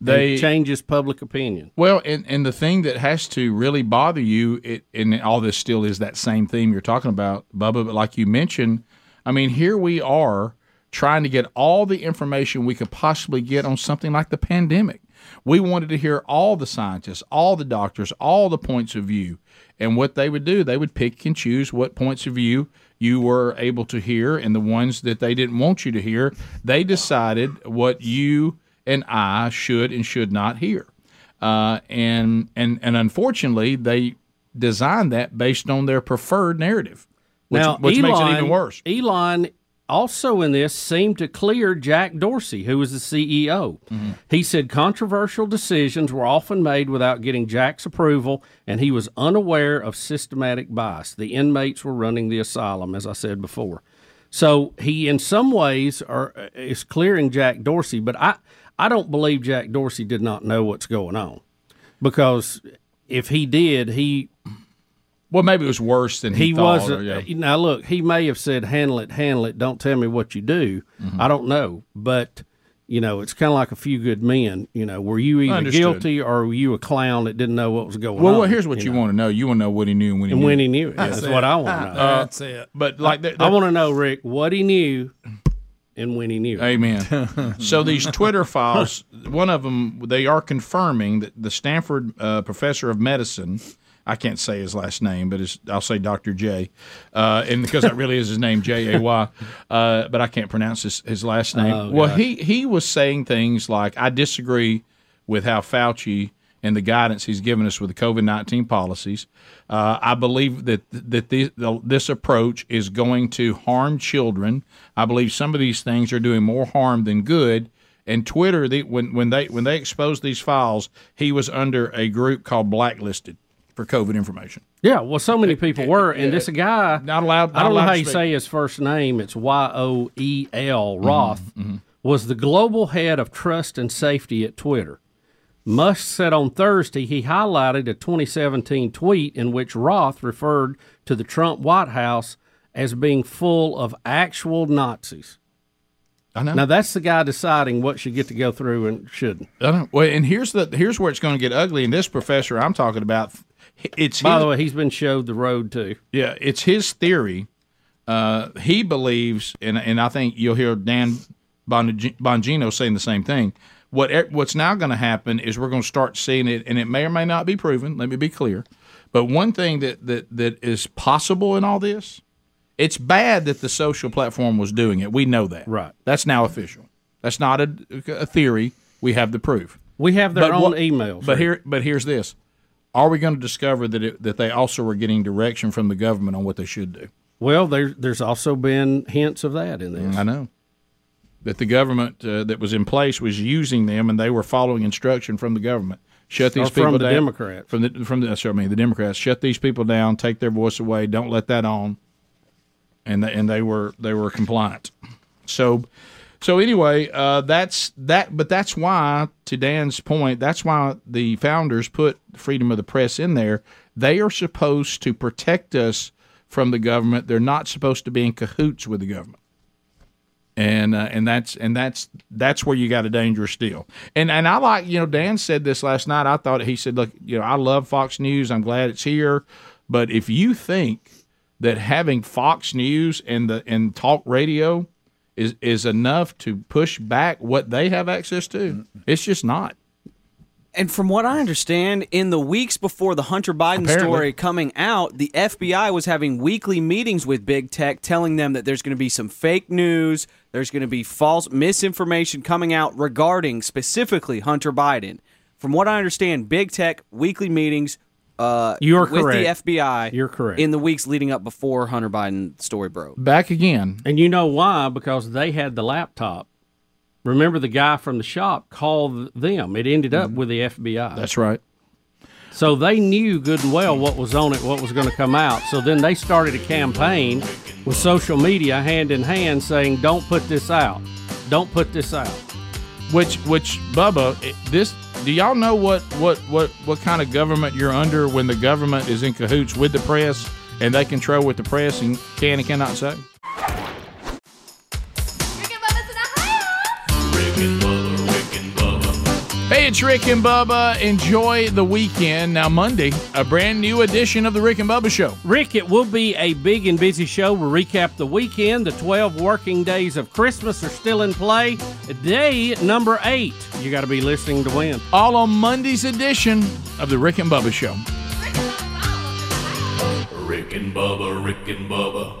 S1: They-
S2: It changes public opinion.
S1: Well, and, and the thing that has to really bother you, it, and all this still is that same theme you're talking about, Bubba, but like you mentioned, I mean, here we are trying to get all the information we could possibly get on something like the pandemic. We wanted to hear all the scientists, all the doctors, all the points of view. And what they would do, they would pick and choose what points of view you were able to hear, and the ones that they didn't want you to hear, they decided what you and I should and should not hear uh, and and and unfortunately, they designed that based on their preferred narrative, which,
S2: now,
S1: which
S2: Elon,
S1: makes it even worse.
S2: Elon also in this seemed to clear Jack Dorsey, who was the CEO.
S1: Mm-hmm.
S2: He said controversial decisions were often made without getting Jack's approval, and he was unaware of systematic bias. The inmates were running the asylum, as I said before. So he, in some ways, are, uh, is clearing Jack Dorsey, but I, I don't believe Jack Dorsey did not know what's going on, because if he did, he
S1: well, maybe it was worse than he
S2: he
S1: thought,
S2: was.
S1: or, yeah.
S2: Now, look, he may have said, "Handle it, handle it. Don't tell me what you do."
S1: Mm-hmm.
S2: I don't know, but you know, it's kind of like a few good men. You know, were you either
S1: Understood.
S2: guilty or were you a clown that didn't know what was going
S1: Well,
S2: on?
S1: well, here's what you, want to know. You want to know what he knew and when he
S2: and
S1: knew.
S2: when he knew it.
S1: That's
S2: That's
S1: it.
S2: what I want to know.
S1: Uh, That's it. But like,
S2: I want to know, Rick, what he knew and when he knew. it.
S1: Amen. Uh, so these Twitter files, one of them, they are confirming that the Stanford uh, professor of medicine, I can't say his last name, but it's, I'll say Dr. J, uh, and because that really is his name, J A Y, uh, but I can't pronounce his, his last name.
S16: Oh,
S1: well,
S16: gosh.
S1: he he was saying things like, "I disagree with how Fauci." And the guidance he's given us with the COVID nineteen policies, uh, I believe that that the, the, this approach is going to harm children. I believe some of these things are doing more harm than good. And Twitter, the, when when they when they exposed these files, he was under a group called blacklisted for COVID information.
S2: Yeah, well, so many people were, and this guy
S1: not allowed.
S2: I
S1: not
S2: don't know
S1: allowed
S2: how
S1: to
S2: you
S1: speak. Mm-hmm,
S2: say his first name. It's Y O E L Roth. Was the global head of trust and safety at Twitter. Musk said on Thursday he highlighted a 2017 tweet in which Roth referred to the Trump White House as being full of actual Nazis.
S1: I know.
S2: Now that's the guy deciding what should get to go through and shouldn't.
S1: I don't- well, and here's the here's where it's going to get ugly. And this professor I'm talking about, it's
S2: By
S1: his-
S2: the way, he's been showed the road too.
S1: Yeah, it's his theory. Uh, he believes, and and I think you'll hear Dan Bongino- Bongino saying the same thing. What e- what's now going to happen is we're going to start seeing it, and it may or may not be proven. Let me be clear. But one thing that that that is possible in all this, it's bad that the social platform was doing it. We know that. Right. That's now official. That's not a, a theory. We have the proof.
S2: We have their
S1: But
S2: own
S1: what-
S2: emails.
S1: But here, but here's this: Are we going to discover that it, that they also were getting direction from the government on what they should do?
S2: Well, there, there's also been hints of that in this.
S1: I know that the government uh, that was in place was using them, and they were following instruction from the government. Shut these
S2: Or from
S1: people
S2: the
S1: down.
S2: Democrats.
S1: From the from the sorry, I mean the Democrats. Shut these people down. Take their voice away. Don't let that on. And they, and they were they were compliant. So so anyway, uh, that's that. But that's why, to Dan's point, that's why the founders put freedom of the press in there. They are supposed to protect us from the government. They're not supposed to be in cahoots with the government. And uh, and that's and that's that's where you got a dangerous deal. And and I like you know Dan said this last night. I thought he said, look, you know, I love Fox News. I'm glad it's here. But if you think that having Fox News and the and talk radio is is enough to push back what they have access to. It's just not.
S12: And from what I understand, in the weeks before the Hunter Biden
S4: Apparently.
S12: story coming out, the FBI was having weekly meetings with big tech, telling them that there's going to be some fake news, there's going to be false misinformation coming out regarding specifically Hunter Biden. From what I understand, big tech weekly meetings. Uh,
S24: You are
S12: with
S24: correct.
S12: the FBI.
S2: You're correct.
S12: In the weeks leading up before Hunter Biden story broke.
S24: Back again.
S2: And you know why? Because they had the laptop. Remember the guy from the shop called them. It ended up with the FBI.
S24: Mm-hmm. That's right.
S2: So they knew good and well what was on it, what was going to come out. So then they started a campaign with social media hand in hand saying, don't put this out. Don't put this out.
S1: Which, which, Bubba, it- this do y'all know what what what what kind of government you're under when the government is in cahoots with the press and they control what the press and can and cannot say? Hey, it's Rick and Bubba. Enjoy the weekend. Now, Monday, a brand new edition of the Rick and Bubba Show.
S2: Rick, it will be a big and busy show. We'll recap the weekend. The 12 working days of Christmas are still in play. Day number eight. You got to be listening to win.
S1: All on Monday's edition of the Rick and Bubba Show.
S3: Rick and Bubba, Rick and Bubba.